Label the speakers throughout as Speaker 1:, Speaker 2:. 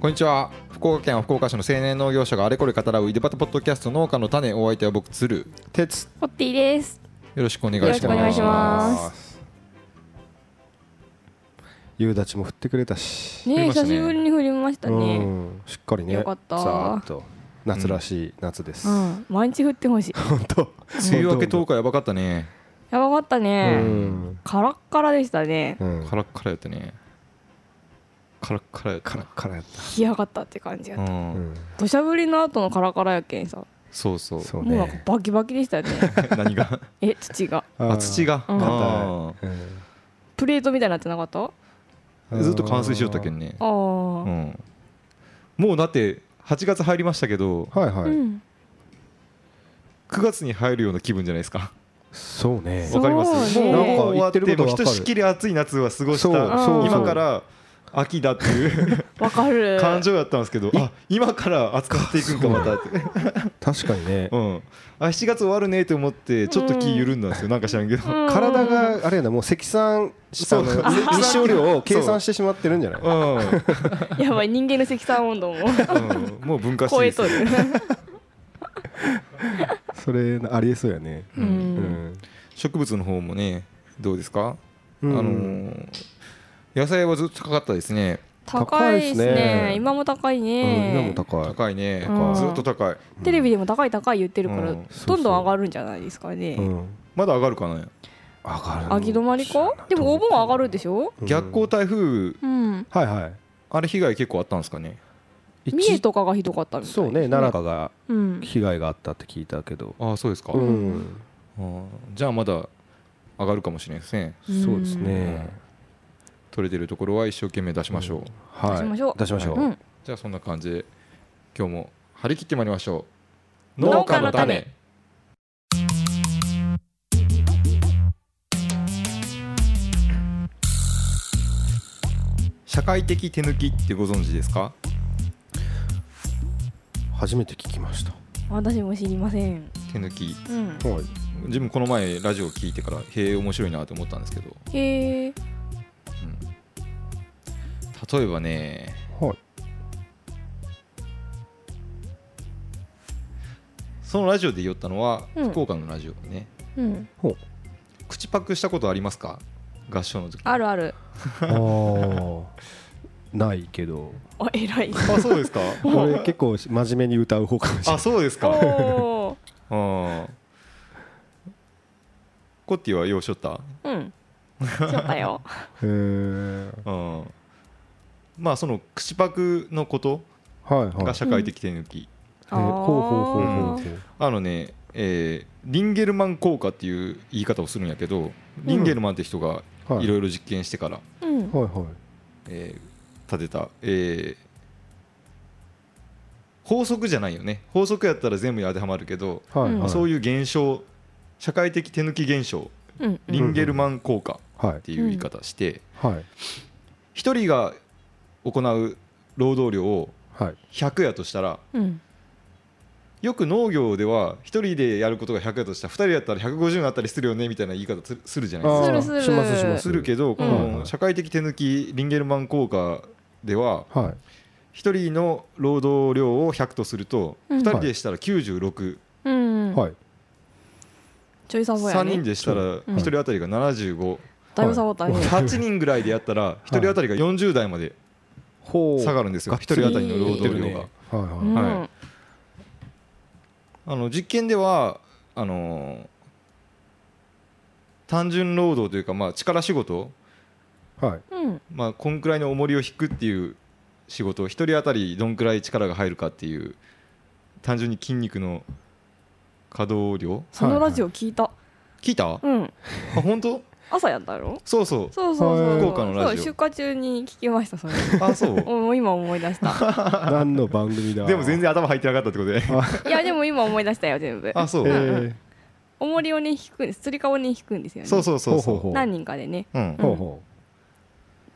Speaker 1: こんにちは福岡県福岡市の青年農業者があれこれ語らう井出端ポッドキャスト農家の種お相手は僕鶴哲
Speaker 2: ホッティです。
Speaker 1: よろしくお願いします
Speaker 2: よろしくお願いします
Speaker 3: 夕立も振ってくれたし、
Speaker 1: 降り
Speaker 2: ね
Speaker 1: ました
Speaker 2: 久
Speaker 1: ね
Speaker 2: しぶりに降りました
Speaker 3: う
Speaker 2: ね。
Speaker 3: んしっかりね
Speaker 2: よかった
Speaker 3: ざーっと夏らしい夏です、
Speaker 2: うん、毎日降ってほしい。
Speaker 3: 本当
Speaker 1: 梅雨明け10日やばかったね
Speaker 2: やばかった
Speaker 3: う
Speaker 2: ね。
Speaker 3: ん、
Speaker 2: カラッカラでしたね。
Speaker 3: うん、
Speaker 1: カラッカラやったねカラッカラやった
Speaker 3: カラッカラやっ
Speaker 2: 干上がったって感じやっ
Speaker 1: う
Speaker 2: た。
Speaker 3: た、
Speaker 1: ん
Speaker 3: うん、
Speaker 2: 土砂降りの後のカラカラやけんさ、
Speaker 1: そうそう
Speaker 3: そう
Speaker 2: もうなんか
Speaker 3: ね
Speaker 2: バキバキでしたよね。
Speaker 1: 何が
Speaker 2: え、土が。
Speaker 3: あ
Speaker 1: あ
Speaker 3: ー
Speaker 1: 土が
Speaker 2: うん
Speaker 1: あ
Speaker 3: 硬い
Speaker 2: プレートみたいになってなかったあ
Speaker 3: う
Speaker 1: ー
Speaker 3: ん
Speaker 1: ずっと冠水しよったけんね
Speaker 2: あ
Speaker 1: う
Speaker 2: ー。
Speaker 1: んもうだって8月入りましたけど
Speaker 3: はいは
Speaker 2: う
Speaker 3: い、
Speaker 2: ん。
Speaker 1: 9月に入るような気分じゃないですか
Speaker 3: そうね
Speaker 1: わ
Speaker 2: そう
Speaker 1: かります
Speaker 2: そうね
Speaker 1: もう終わっ
Speaker 3: 言っ
Speaker 1: て
Speaker 3: てるこ
Speaker 1: も
Speaker 3: と
Speaker 1: う
Speaker 3: わ
Speaker 1: ひ
Speaker 3: かる
Speaker 1: としきり暑い夏は過ごし
Speaker 3: そう
Speaker 1: た
Speaker 2: そう
Speaker 1: 今から秋だっていう
Speaker 2: わかる。
Speaker 1: 感情やったんですけどあ今から暑くなっていくんかまたって
Speaker 3: 確かにね、
Speaker 1: うんあ7月終わるねって思ってちょっと気緩んだんですよなんか知らんけど
Speaker 2: うん
Speaker 3: 体があれやなもう積算したあの
Speaker 1: そう
Speaker 3: 日照量を計算してしまってるんじゃない
Speaker 1: うんうん
Speaker 2: やばい、人間の積算温度も
Speaker 1: もう分化して
Speaker 2: 超え
Speaker 1: る
Speaker 2: とる。
Speaker 3: それありえそうやね
Speaker 2: う。
Speaker 3: うんん、
Speaker 1: 植物の方もねどうですかあ
Speaker 3: うん
Speaker 1: のー野菜はずっと高かったですね
Speaker 2: 高いです
Speaker 3: 高いです
Speaker 2: ね。
Speaker 3: ね
Speaker 2: 今も高い
Speaker 3: うん
Speaker 2: ね。
Speaker 3: 今も高い
Speaker 1: 高いね
Speaker 2: うん
Speaker 1: ずっと高い
Speaker 2: テレビでも高い高い言ってるから、
Speaker 1: うん
Speaker 2: どんどん上がるんじゃないですかね。
Speaker 3: うん、
Speaker 1: まだ上がるかな
Speaker 3: 上がる
Speaker 2: 上げ止まりかでもお盆上がるでしょ
Speaker 3: うん
Speaker 1: 逆光台風
Speaker 2: うん
Speaker 3: はいはい
Speaker 1: あれ被害結構あったんですかね
Speaker 3: 一
Speaker 2: 三重とかがひどかったみたい
Speaker 3: そうね奈良が
Speaker 2: うん
Speaker 3: 被害があったって聞いたけど
Speaker 1: ああそうですか、
Speaker 3: うん
Speaker 1: あーじゃあまだ上がるかもしれないですね
Speaker 3: そうですね
Speaker 1: 取れてるところは一生懸命出しましょう、
Speaker 3: はい
Speaker 2: 出しましょう
Speaker 3: 出しましょ
Speaker 2: う
Speaker 3: うん
Speaker 1: じゃあそんな感じで今日も張り切ってまいりましょう
Speaker 2: 農家の種
Speaker 1: 社会的手抜きってご存知ですか
Speaker 3: 初めて聞きました
Speaker 2: 私も知りません
Speaker 1: 手抜き
Speaker 2: うん
Speaker 3: はい
Speaker 1: 自分この前ラジオ聞いてからへえ面白いなと思ったんですけど、
Speaker 2: へえ
Speaker 1: うん、例えばね
Speaker 3: はい
Speaker 1: そのラジオで言ったのは、
Speaker 2: うん
Speaker 1: 福岡のラジオね
Speaker 2: うん
Speaker 3: ほう
Speaker 1: 口パクしたことありますか合唱の時
Speaker 2: ある ある
Speaker 3: あーないけど
Speaker 2: あ偉い
Speaker 1: あそうですか
Speaker 3: これ結構真面目に歌う方かもし
Speaker 1: あ
Speaker 3: れない
Speaker 1: そうですか
Speaker 2: おー
Speaker 1: うんコッティはようしょった
Speaker 2: うんそうだよ
Speaker 3: へー
Speaker 1: うんまあその口パクのこと
Speaker 3: はいは
Speaker 1: が
Speaker 3: い
Speaker 1: 社会的手抜き、
Speaker 3: えーほうほうほうほう
Speaker 2: あ
Speaker 3: ほ
Speaker 2: ー
Speaker 3: う
Speaker 1: あのね、えーリンゲルマン効果っていう言い方をするんやけどリンゲルマンって人が
Speaker 3: はい
Speaker 1: いろいろ実験してから、
Speaker 2: うん
Speaker 3: はいはい
Speaker 1: えー立てた、えー法則じゃないよね法則やったら全部に当てはまるけど、
Speaker 3: はい
Speaker 2: うん
Speaker 3: は
Speaker 1: まあ
Speaker 3: い
Speaker 1: そういう現象社会的手抜き現象
Speaker 2: うん
Speaker 1: リンゲルマン効果
Speaker 3: はい
Speaker 1: っていう言い方して
Speaker 3: はい
Speaker 1: 1人が行う労働量を
Speaker 3: はい
Speaker 1: 100やとしたら
Speaker 2: うん
Speaker 1: よく農業では1人でやることが100やとしたら2人やったら150になったりするよねみたいな言い方すするじゃないです
Speaker 2: す
Speaker 1: か。
Speaker 2: る
Speaker 3: あー
Speaker 2: する
Speaker 3: しますします
Speaker 1: するけどこ
Speaker 3: う
Speaker 1: の
Speaker 3: ん
Speaker 1: 社会的手抜きリンゲルマン効果では
Speaker 3: はい
Speaker 1: 1人の労働量を100とすると
Speaker 2: うん
Speaker 1: 2人でしたら96。
Speaker 2: うん
Speaker 3: はい
Speaker 2: ちょいサボ
Speaker 1: 3
Speaker 2: やね
Speaker 1: 人でしたら1人当たりが75、
Speaker 2: だいぶサボったね
Speaker 1: 8人ぐらいでやったら1人当たりが40代まで
Speaker 3: ほ
Speaker 1: 下がるんですよ、
Speaker 3: が
Speaker 1: 1
Speaker 3: っ
Speaker 1: 人
Speaker 3: つ
Speaker 2: り
Speaker 1: 当たりの労働量が。
Speaker 3: はいは
Speaker 2: う
Speaker 3: い
Speaker 2: ん
Speaker 1: はいあの実験ではあのー単純労働というか、まあ、力仕事、
Speaker 3: はい
Speaker 2: うん
Speaker 1: まあ、こんくらいの重りを引くっていう仕事を1人当たりどんくらい力が入るかっていう単純に筋肉の可動量
Speaker 2: そのラジオ聞いた
Speaker 1: 聞いたあ
Speaker 2: うん
Speaker 1: 本当
Speaker 2: 朝やったやろ
Speaker 1: そうそう
Speaker 2: そうそうそう
Speaker 1: 福岡のラジオ
Speaker 2: そう出荷中に聞きましたそれ
Speaker 1: あそう
Speaker 2: もう今思 い出した
Speaker 3: 何の番組だ
Speaker 1: でも全然頭入ってなかったってことで
Speaker 2: いやでも今思い出したよ全部
Speaker 1: あそう、
Speaker 3: えー
Speaker 2: 重りをね引くんですつり革をね引くんですよね
Speaker 1: そうそうそう
Speaker 3: ほう
Speaker 1: そ
Speaker 3: ほうほ
Speaker 2: 何人かでね
Speaker 1: う、うん、
Speaker 3: ほうほ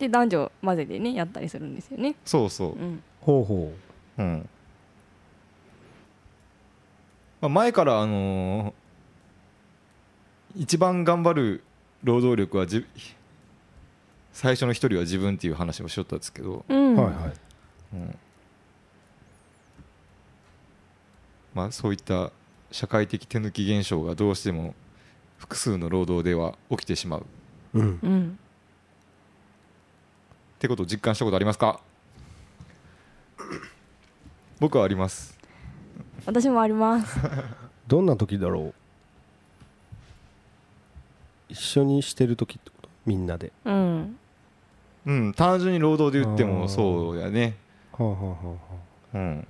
Speaker 2: で男女混ぜてねやったりするんですよね
Speaker 1: そうそう
Speaker 2: う、ん
Speaker 3: うほうほ
Speaker 1: うんまあ、前から、あのー一番頑張る労働力はじ最初の一人は自分っていう話をしとったんですけど、
Speaker 2: うん
Speaker 3: うはいはい
Speaker 1: うんまあ、そういった社会的手抜き現象がどうしても複数の労働では起きてしまうっ
Speaker 3: うん
Speaker 2: うん
Speaker 1: てことを実感したことあります か僕はあります
Speaker 2: 私もあります
Speaker 3: どんな時だろう一緒にしてる時ってことみんなで
Speaker 2: うん
Speaker 1: うん単純に労働で言って
Speaker 3: あ
Speaker 1: も
Speaker 3: ー
Speaker 1: そうやね
Speaker 3: はあはあはあはあ
Speaker 1: うん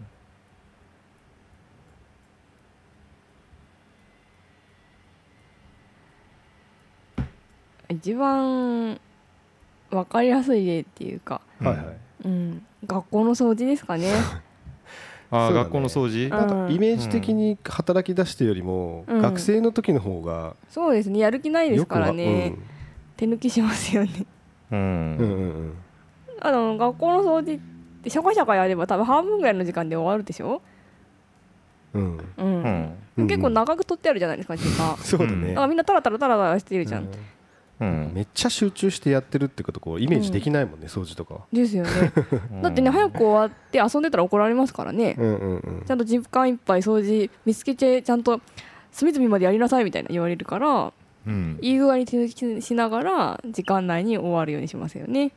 Speaker 2: 一番わかりやすい例っていうか、
Speaker 3: はいはい、
Speaker 2: うん、学校の掃除で すかね
Speaker 1: ああ、
Speaker 3: そうだね
Speaker 1: 学校の掃除
Speaker 3: な
Speaker 2: あ
Speaker 3: んかイメージ的に働き出してよりも、
Speaker 2: うん
Speaker 3: 学生の時の方が
Speaker 2: そうですねやる気ないで
Speaker 3: よ
Speaker 2: す
Speaker 3: く
Speaker 2: か
Speaker 3: は
Speaker 2: らね、手抜きしますよね
Speaker 1: う
Speaker 3: うん、うん
Speaker 1: ん
Speaker 3: うんうん
Speaker 2: あの学校の掃除ってシャカシャカやれば多分半分ぐらいの時間で終わるでしょ、
Speaker 3: うんうん
Speaker 2: う
Speaker 1: うんん
Speaker 3: うん
Speaker 2: 結構長く取ってあるじゃないですか時間
Speaker 3: そうだね
Speaker 2: だからみんなタラタラタラタラしてるじゃん、
Speaker 1: う
Speaker 3: うん
Speaker 1: ん
Speaker 3: めっちゃ集中してやってるってことこうイメージできないもんね、掃除とかは
Speaker 2: ですよねだってね早く終わって遊んでたら怒られますからね、
Speaker 3: うんうんうん
Speaker 2: ちゃんと時間いっぱい掃除見つけてちゃんと隅々までやりなさいみたいな言われるから
Speaker 1: うん
Speaker 2: いい具合に手抜きしながら時間内に終わるようにしますよね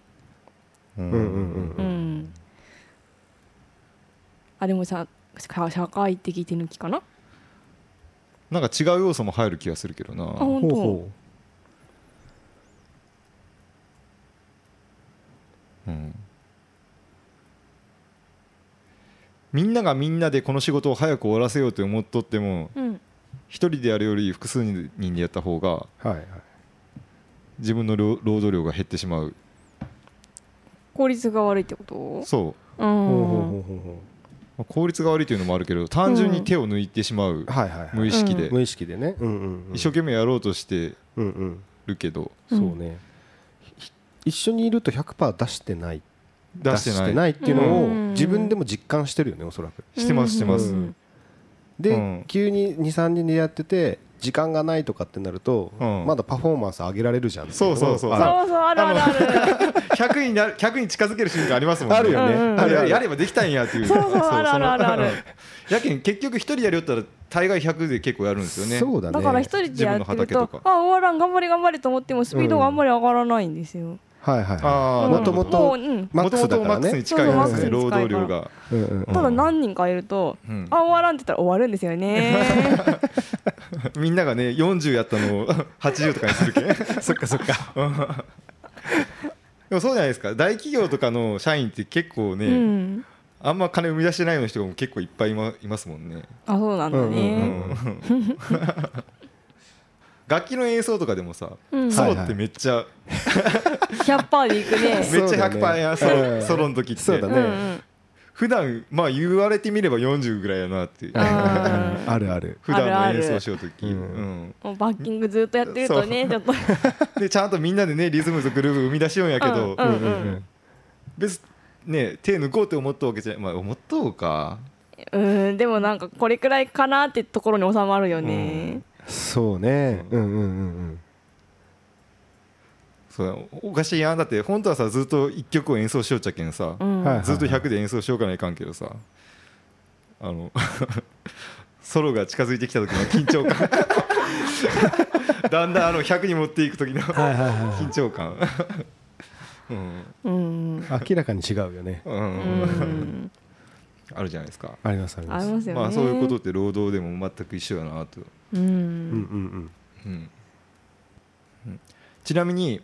Speaker 1: う
Speaker 3: うんうんうんん
Speaker 2: う、
Speaker 3: うんん
Speaker 2: あれもさ社社会的手抜きかな
Speaker 1: なんか違う要素も入る気がするけどな
Speaker 2: あほん
Speaker 3: ほう
Speaker 2: 本当
Speaker 3: ほ
Speaker 1: うんみんながみんなでこの仕事を早く終わらせようと思っとっても
Speaker 2: うん
Speaker 1: 一人でやるより複数人でやった方が
Speaker 3: うはいはい
Speaker 1: 自分の労労働量が減ってしまう
Speaker 2: 効率が悪いってこと
Speaker 1: そ
Speaker 2: うん
Speaker 3: ほうほうほうほうほ
Speaker 1: うまあ効率が悪いというのもあるけど単純に手を抜いてしまう
Speaker 3: うはいはい、は
Speaker 1: 無
Speaker 3: い
Speaker 1: 意識で
Speaker 3: 無意識でねうんうん、うん、
Speaker 1: 一生懸命やろうとして
Speaker 3: うんうん
Speaker 1: るけど
Speaker 2: うん
Speaker 3: そうね、ひ一緒にいると100%出してない
Speaker 1: 出してない
Speaker 3: っていうのを
Speaker 2: うん
Speaker 3: 自分でも実感してるよねおそらく
Speaker 1: してますしてます
Speaker 2: うん
Speaker 3: で、
Speaker 1: うん
Speaker 3: 急に23人でやってて時間がないとかってなると、
Speaker 1: うん
Speaker 3: まだパフォーマンス上げられるじゃんっていのを
Speaker 1: そうそうそう
Speaker 2: そう
Speaker 1: あ
Speaker 3: あ
Speaker 1: の
Speaker 2: そうあるあるある
Speaker 1: 100になる100に近づける瞬間ありますもんね
Speaker 3: あるよね、
Speaker 2: うんうん
Speaker 1: あ
Speaker 3: ある
Speaker 1: れ
Speaker 3: ある
Speaker 1: やればできたんやっていう
Speaker 2: そうそうあるあるあるある
Speaker 1: やけん結局一人でやるよったら大概100で結構やるんですよね
Speaker 3: そうだね
Speaker 2: だから一人でやってる
Speaker 1: 自分の
Speaker 2: と
Speaker 1: 畑と
Speaker 2: あ終わらん頑張れ頑張れと思ってもスピードがあんまり上がらないんですよ
Speaker 3: はいはいは
Speaker 1: ああ
Speaker 3: もともと
Speaker 2: もううん
Speaker 3: マ
Speaker 1: マッ
Speaker 3: ック
Speaker 1: ク
Speaker 3: ス
Speaker 1: ス
Speaker 3: だ
Speaker 1: だ
Speaker 3: か
Speaker 1: からら
Speaker 3: ね
Speaker 1: ね。マックスに近いんですね、
Speaker 2: そうそう
Speaker 1: 労
Speaker 2: マッ
Speaker 1: 働
Speaker 2: クスに近いから
Speaker 1: 量が。
Speaker 3: い、うんうん
Speaker 2: ただ何人かいると
Speaker 1: うん
Speaker 2: あ終わらんって言ったら終わるんですよね
Speaker 1: みんながね、40やったのを 80とかにするけ ん。そっかそっか。 でもそうじゃないですか。大企業とかの社員って結構
Speaker 2: う
Speaker 1: ね、
Speaker 2: ん
Speaker 1: あんま金生み出してないような人も結構いっぱいいまいますもんね。
Speaker 2: あそうなんだね
Speaker 1: 楽器の演奏とかでもさ、
Speaker 2: うん
Speaker 1: ソロ
Speaker 3: はいは
Speaker 1: っ
Speaker 3: い
Speaker 1: てめっちゃ、
Speaker 2: 100%でいく ね
Speaker 1: めっちゃ
Speaker 3: そうだね
Speaker 1: 100%やソロ、
Speaker 3: うん
Speaker 1: ソロの時って。
Speaker 3: そうだね
Speaker 2: うんうん
Speaker 1: 普段まあ言われてみれば40ぐらいやなっていう。
Speaker 2: あー
Speaker 3: あるある
Speaker 1: 普段
Speaker 2: あ
Speaker 1: の
Speaker 2: るあ
Speaker 1: 演
Speaker 2: る
Speaker 1: 奏しようとき。
Speaker 3: うん
Speaker 1: うん
Speaker 2: もうバッキングずっとやってるとねちょっと
Speaker 1: でちゃんとみんなでねリズムとグルーヴ生み出しようんやけど、
Speaker 2: うんうん
Speaker 1: 別にね手抜こうって思ったわけじゃないまあ思っとうか
Speaker 2: うんでもなんかこれくらいかなってところに収まるよね
Speaker 3: そうねうんうんうん
Speaker 1: そうおかしいやんだって本当はさずっと1曲を演奏しようっちゃけんさ、
Speaker 2: うん
Speaker 3: はい
Speaker 1: ずっと100で演奏しようかないかんけどさあの ソロが近づいてきた時の緊張感だんだんあの100に持っていく時の
Speaker 3: はいはいは
Speaker 1: 緊張感うん、
Speaker 2: うん
Speaker 3: い明らかに違うよね
Speaker 1: うん
Speaker 2: うん
Speaker 1: あるじゃないですか
Speaker 3: ありますありま
Speaker 2: あり
Speaker 3: す
Speaker 2: ますよね
Speaker 1: まあそういうことって労働でも全く一緒やなと
Speaker 2: う
Speaker 3: うんうん
Speaker 2: ん
Speaker 3: うん
Speaker 1: うんうんちなみに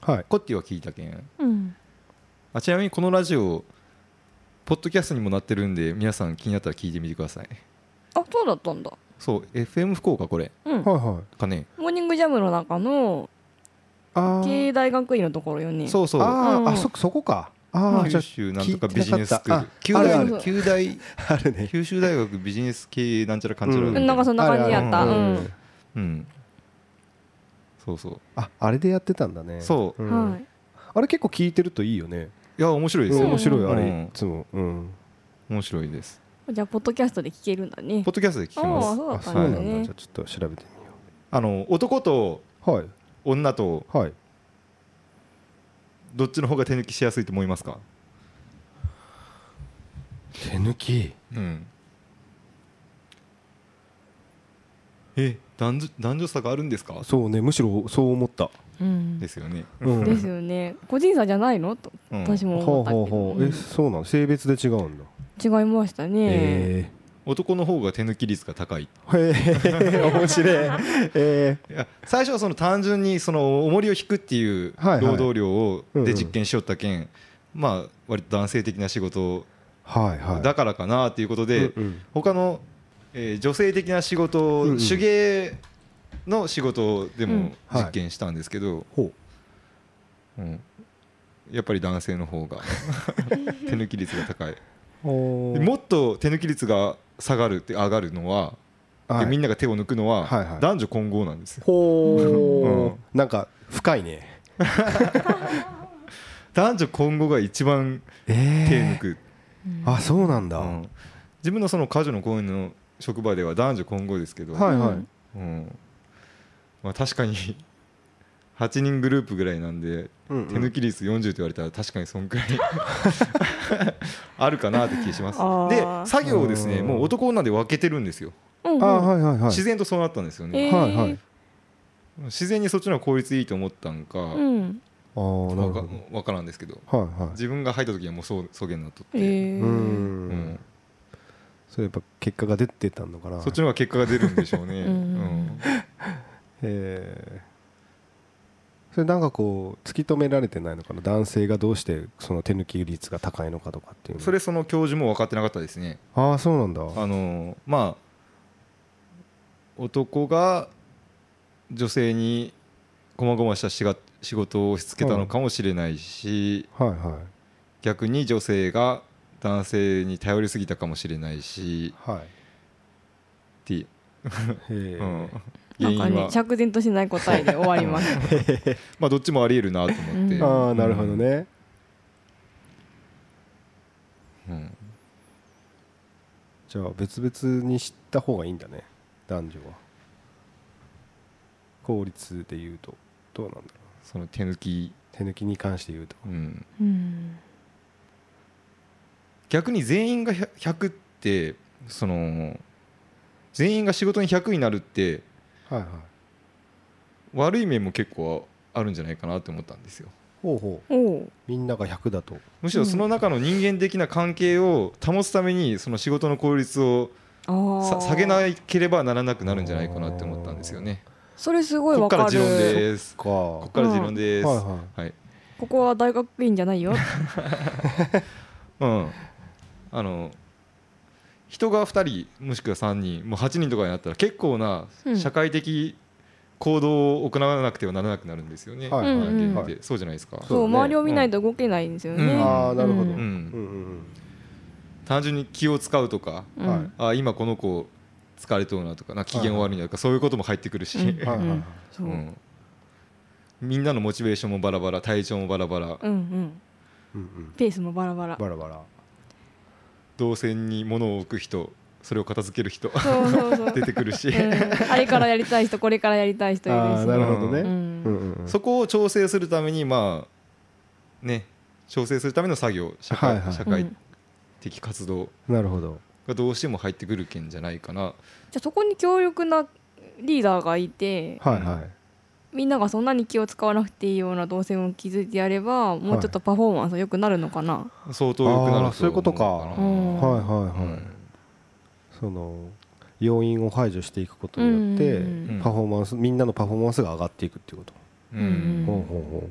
Speaker 3: はい
Speaker 1: コッティは聞いたけん
Speaker 2: うん
Speaker 1: あちなみにこのラジオポッドキャストにもなってるんで皆さん気になったら聞いてみてください
Speaker 2: あそうだったんだ
Speaker 1: そう FM 福岡これ
Speaker 2: うん
Speaker 3: はいはい
Speaker 1: かね
Speaker 2: モーニングジャムの中の
Speaker 3: あ
Speaker 2: 経
Speaker 3: ー
Speaker 2: 営大学院のところよね
Speaker 1: そうそう
Speaker 3: あ
Speaker 2: うん
Speaker 3: ーあそそこかああじ
Speaker 1: 九
Speaker 3: ゃあ
Speaker 1: 州なんとか
Speaker 3: 聞
Speaker 1: ビ
Speaker 3: いて
Speaker 1: ジネスス
Speaker 3: な
Speaker 1: クー
Speaker 3: かっ
Speaker 1: ル
Speaker 3: た
Speaker 1: 九
Speaker 3: あある
Speaker 2: あ
Speaker 1: 大
Speaker 2: る
Speaker 1: 九大
Speaker 3: あるね
Speaker 1: 九州大学ビジネス経営なんちゃらかんちゃら
Speaker 3: う
Speaker 2: なんかそんな感じやった
Speaker 1: あ
Speaker 2: う
Speaker 1: れあれ
Speaker 3: うん
Speaker 2: ん
Speaker 1: うんそうそう
Speaker 3: ああれでやってたんだね
Speaker 1: そう
Speaker 3: うん
Speaker 2: はい
Speaker 3: あれ結構聞いてるといいよね
Speaker 1: いや面白いです
Speaker 3: 面
Speaker 1: よ
Speaker 3: 白いあ
Speaker 1: う
Speaker 3: れ
Speaker 1: ん
Speaker 3: いつもうん
Speaker 1: 面白いです
Speaker 2: じゃあポッドキャストで聞けるんだね
Speaker 1: ポッドキャストで聞き
Speaker 2: あ
Speaker 1: ま
Speaker 2: あ
Speaker 1: す
Speaker 2: そうだ
Speaker 3: あ
Speaker 2: った
Speaker 3: そ
Speaker 2: ん
Speaker 3: うな
Speaker 2: だ
Speaker 3: んだ
Speaker 2: ね
Speaker 3: じゃあちょっと調べてみよ
Speaker 1: あの男と
Speaker 3: うはい
Speaker 1: 女と
Speaker 3: はい
Speaker 1: どっちの方が手抜きしやすいと思いますか、
Speaker 3: 手抜き
Speaker 1: うん、え男女男女差があるんですか
Speaker 3: そうねむしろそう思った、
Speaker 4: うん
Speaker 1: ですよね、
Speaker 3: うん、
Speaker 2: ですよね個人差じゃないのと
Speaker 1: うん
Speaker 2: 私も
Speaker 3: ほ
Speaker 2: 思
Speaker 3: う
Speaker 2: ったけど
Speaker 3: ほうほうえそうなの性別で違うんだ
Speaker 2: 違いましたね、
Speaker 3: へ
Speaker 1: 男の方が手抜き率が高いい
Speaker 3: えー、 面白いえ
Speaker 1: や最初はその単純にその重りを引くっていう
Speaker 3: はいはい
Speaker 1: 労働量を
Speaker 3: うんうん
Speaker 1: で実験しよったけんまあ割と男性的な仕事
Speaker 3: ー、はいはい
Speaker 1: だからかなっていうことで
Speaker 3: うんうん
Speaker 1: 他のえー女性的な仕事
Speaker 3: うんうん
Speaker 1: 手芸の仕事で
Speaker 4: う
Speaker 1: も
Speaker 4: ん
Speaker 1: 実験したんですけど
Speaker 3: ほう
Speaker 1: うんやっぱり男性 の方が手抜き率が高い
Speaker 3: お
Speaker 1: でもっと手抜き率が下がるって上がるのは
Speaker 3: は
Speaker 1: でみんな
Speaker 3: な
Speaker 1: が手を抜くのは
Speaker 3: はいはい
Speaker 1: 男女混合なんですよ
Speaker 3: ほ
Speaker 1: うん
Speaker 3: うなんか深いね
Speaker 1: 男女混合が一番
Speaker 3: え
Speaker 1: 手
Speaker 3: え
Speaker 1: 抜く、
Speaker 3: あそうなんだ、
Speaker 1: うん自分のその家事の公園の職場では男女混合ですけど、
Speaker 3: はいはい、
Speaker 4: うん
Speaker 1: うんまあ、確かに 8人グループぐらいなんで
Speaker 3: うんうん
Speaker 1: 手抜き率40と言われたら確かにそん くらいあるかなって気します
Speaker 2: あ
Speaker 1: で
Speaker 2: ー
Speaker 1: 作業をですね
Speaker 3: うん
Speaker 1: もう男女で分けてるんですよ
Speaker 2: うんうん
Speaker 3: あはいはいはい
Speaker 1: 自然とそうなったんですよね
Speaker 2: え
Speaker 3: はいはい
Speaker 1: 自然にそっちの方が効率いいと思ったんか
Speaker 2: うん
Speaker 3: あーなる
Speaker 1: わ
Speaker 3: ほど
Speaker 1: かわからんですけど
Speaker 3: はいはい
Speaker 1: 自分が入った時にはもうそうそげになっとって、
Speaker 2: えー
Speaker 3: うん
Speaker 1: うん
Speaker 3: それやっぱ結果が出てたのかな
Speaker 1: そっちの方が結果が出るんでしょうね、
Speaker 4: うん
Speaker 1: うん
Speaker 3: えーそれなんかこう突き止められてないのかな男性がどうしてその手抜き率が高いのかとかっていうの
Speaker 1: それその教授も分かってなかったですね
Speaker 3: ああそうなんだ
Speaker 1: あのまあ男が女性に細々したしが仕事を押し付けたのかもしれないし
Speaker 3: はいは
Speaker 1: 逆に女性が男性に頼りすぎたかもしれないし
Speaker 3: いはい
Speaker 1: っていう
Speaker 3: へえ、
Speaker 1: うん原
Speaker 2: なん
Speaker 1: 因
Speaker 2: かね
Speaker 1: は、
Speaker 2: 釈然としない答えで終わります。
Speaker 1: まあ、どっちもありえるなと思って
Speaker 4: うん
Speaker 3: ああなるほど、ね、
Speaker 1: うん
Speaker 3: じゃあ別々に知った方がいいんだね男女は効率で言うとどうなんだろう
Speaker 1: その手抜き、
Speaker 3: 手抜きに関して言 うと
Speaker 1: うん、
Speaker 4: うん
Speaker 1: 逆に全員が100 100ってその全員が仕事に100になるって
Speaker 3: はいはい
Speaker 1: 悪い面も結構あるんじゃないかなって思ったんですよ
Speaker 3: ほうほう
Speaker 2: おう
Speaker 3: みんなが100だと
Speaker 1: むしろその中の人間的な関係を保つためにその仕事の効率を
Speaker 2: あ
Speaker 1: さ
Speaker 2: ー
Speaker 1: 下げなければならなくなるんじゃないかなって思ったんですよね
Speaker 2: それすごい
Speaker 1: こ
Speaker 2: わ
Speaker 1: っか
Speaker 2: から
Speaker 1: 持論
Speaker 2: る。
Speaker 1: です
Speaker 3: か
Speaker 1: こっから持論です
Speaker 3: はいはい
Speaker 1: はい
Speaker 2: ここは大学院じゃないよ。
Speaker 1: うんあの人が2人もしくは3人もう8人とかになったら結構な
Speaker 4: うん
Speaker 1: 社会的行動を行わなくてはならなくなるんですよね、
Speaker 3: はい
Speaker 2: はい
Speaker 1: 人間って
Speaker 3: はい
Speaker 1: そうじゃないですか、
Speaker 2: そう
Speaker 3: そうね
Speaker 2: 周りを見ないと動けないんですよ
Speaker 1: うん
Speaker 2: ね。
Speaker 3: ああなるほ
Speaker 4: う
Speaker 3: ど、
Speaker 4: ん
Speaker 1: うん、
Speaker 3: うんうん
Speaker 1: 単純に気を使うとか
Speaker 4: うん
Speaker 3: はい
Speaker 1: あ今この子疲れとうなとかなんか機嫌悪いなとかそういうことも入ってくるし、
Speaker 4: うん
Speaker 3: うんはいはいはい
Speaker 2: そうう。うん
Speaker 1: んみんなのモチベーションもバラバラ体調もバラバラ
Speaker 2: うん。
Speaker 3: うんうん
Speaker 2: ペースもバラバラ。
Speaker 3: バラバラ
Speaker 1: 動線に物を置く人それを片付ける人
Speaker 2: そうそうそう。
Speaker 1: 出てくるし、
Speaker 2: うん あれからやりたい人これからやりたい人いる
Speaker 3: ああ
Speaker 2: し。
Speaker 3: なるほどね、
Speaker 4: う
Speaker 3: うんんうんうん、
Speaker 1: そこを調整するためにまあね調整するための作業社会,、
Speaker 3: はいはい
Speaker 1: 社会的活動
Speaker 3: なるほど
Speaker 1: がどうしても入ってくるけんじゃないかな、
Speaker 2: じゃあそこに強力なリーダーがいて
Speaker 3: はいはい
Speaker 2: みんながそんなに気を使わなくていいような動線を築いてやればもうちょっとパフォーマンス良くなるのかな。
Speaker 1: 相当良くなる
Speaker 3: あーそういうことか
Speaker 4: うん
Speaker 3: はいはいはい、
Speaker 1: うん
Speaker 3: その要因を排除していくことによって、
Speaker 4: うん
Speaker 1: うん
Speaker 3: パフォーマンスみんなのパフォーマンスが上がっていくっていうこと、
Speaker 1: う
Speaker 4: うん
Speaker 1: ん
Speaker 3: ほうほうほ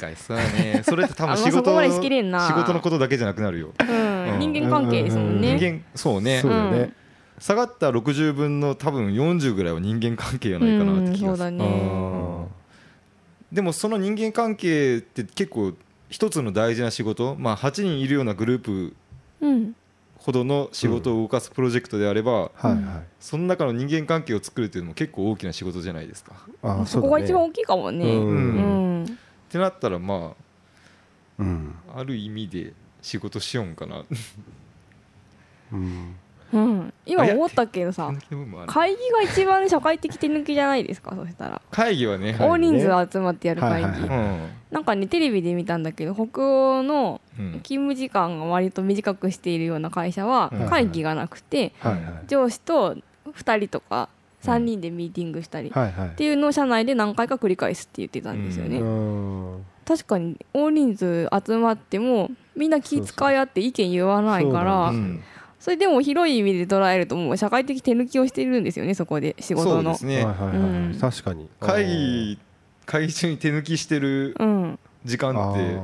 Speaker 1: 難しそうやねそれって多
Speaker 2: あ
Speaker 1: 分
Speaker 2: んま
Speaker 1: 仕
Speaker 2: そこ
Speaker 1: 事
Speaker 2: まで
Speaker 1: の
Speaker 2: しきれんな
Speaker 1: 仕事のことだけじゃなくなるよ
Speaker 2: うん人間関係ですもん
Speaker 3: う
Speaker 2: ね。
Speaker 1: 人間そう
Speaker 3: う
Speaker 1: ね
Speaker 3: そうだよね、
Speaker 1: 下がった60分の多分40ぐらいは人間関係じゃないかなって気
Speaker 2: うんそ
Speaker 1: が
Speaker 2: う
Speaker 1: する
Speaker 3: あ
Speaker 2: だね。
Speaker 3: ー
Speaker 1: でもその人間関係って結構一つの大事な仕事まあ8人いるようなグループ
Speaker 2: うん。
Speaker 1: ほどの仕事を動かすプロジェクトであれば
Speaker 3: はいはい
Speaker 1: その中の人間関係を作るっていうのも結構大きな仕事じゃないですか。っ
Speaker 3: あー
Speaker 2: そこ
Speaker 3: うだ
Speaker 2: が
Speaker 3: ね
Speaker 2: 一番大きいかも
Speaker 3: う
Speaker 2: ね。
Speaker 1: うん
Speaker 2: うんん。
Speaker 1: てなったらま
Speaker 3: うん
Speaker 1: あある意味で仕事しようんかな。
Speaker 3: うん
Speaker 2: うん。今思ったけどさ、会議が一番社会的手抜きじゃないですか。そしたら
Speaker 1: 会議はね、
Speaker 2: 大
Speaker 3: い
Speaker 2: 人数集まってやる会議
Speaker 3: はいは。いは
Speaker 2: なんかねテレビで見たんだけど、北欧の
Speaker 1: うんうん
Speaker 2: 勤務時間が割と短くしているような会社は
Speaker 1: うん
Speaker 2: 会議がなくて、
Speaker 3: はいはい
Speaker 2: 上司と2人とか3人でミーティングしたり、っ
Speaker 3: はいはい
Speaker 2: ていうのを社内で何回か繰り返すって言ってたんですよね、
Speaker 1: う
Speaker 3: うん
Speaker 2: 確かに大人数集まってもみんな気遣い合って意見言わないか
Speaker 3: あ
Speaker 2: ら
Speaker 1: う
Speaker 2: そ
Speaker 1: ん
Speaker 2: れでも広い意味で捉えるともう社会的手抜きをしてるんですよねそこで仕
Speaker 1: そ
Speaker 2: 事
Speaker 1: うで
Speaker 2: の
Speaker 1: す
Speaker 3: はい
Speaker 1: ね
Speaker 3: はいはいはい
Speaker 2: うん
Speaker 3: 確かに
Speaker 1: 会議会議中に手抜きしてる
Speaker 2: うん
Speaker 1: 時
Speaker 3: あ
Speaker 1: 間って
Speaker 3: ー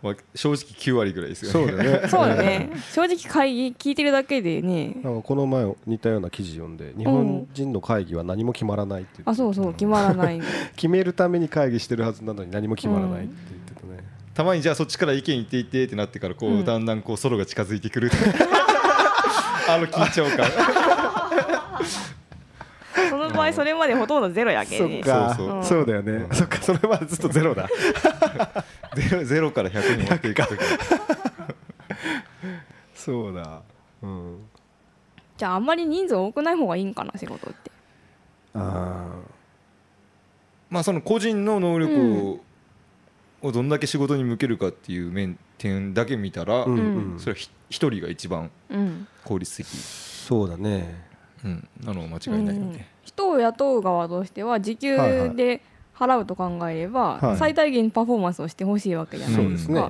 Speaker 1: まあ、正直9割ぐらいですよ
Speaker 3: そう
Speaker 1: ね
Speaker 3: だね
Speaker 2: そうだ ね正直会議聞いてるだけでね
Speaker 3: なんかこの前似たような記事読んで日本人の会議は何も決まらないって言って
Speaker 2: あそうそう決まらない
Speaker 3: 決めるために会議してるはずなのに何も決まらないって言ってたね、
Speaker 1: たまにじゃあそっちから意見言っていってってなってからこう、
Speaker 2: うん
Speaker 1: だんだんこうソロが近づいてく るあの緊張感
Speaker 2: その場合それまでほとんどゼロやけん
Speaker 3: そ
Speaker 2: ね
Speaker 3: っか
Speaker 1: そう
Speaker 3: そう
Speaker 1: そう
Speaker 3: だよね、
Speaker 1: うん
Speaker 3: そっかそれまでずっとゼロだ
Speaker 1: ゼロゼロから100に持っていく時
Speaker 3: そうだうん
Speaker 2: じゃああんまり人数多くない方がいいんかな仕事って
Speaker 3: あ
Speaker 1: まあその個人の能力ををどんだけ仕事に向けるかっていう面点だけ見たら、
Speaker 3: あうんうん、
Speaker 1: それはひ一人が一番
Speaker 2: うん
Speaker 1: 効率的、
Speaker 3: そうだね
Speaker 1: うん、なのは間違いないよね、
Speaker 2: 人を雇う側としては時給
Speaker 3: はいはい
Speaker 2: で払うと考えれ
Speaker 3: は
Speaker 2: ば
Speaker 3: い
Speaker 2: 最大限パフォーマンスをしてほしいわけじゃない
Speaker 1: そ
Speaker 3: そうう
Speaker 1: で
Speaker 3: ですす
Speaker 2: ね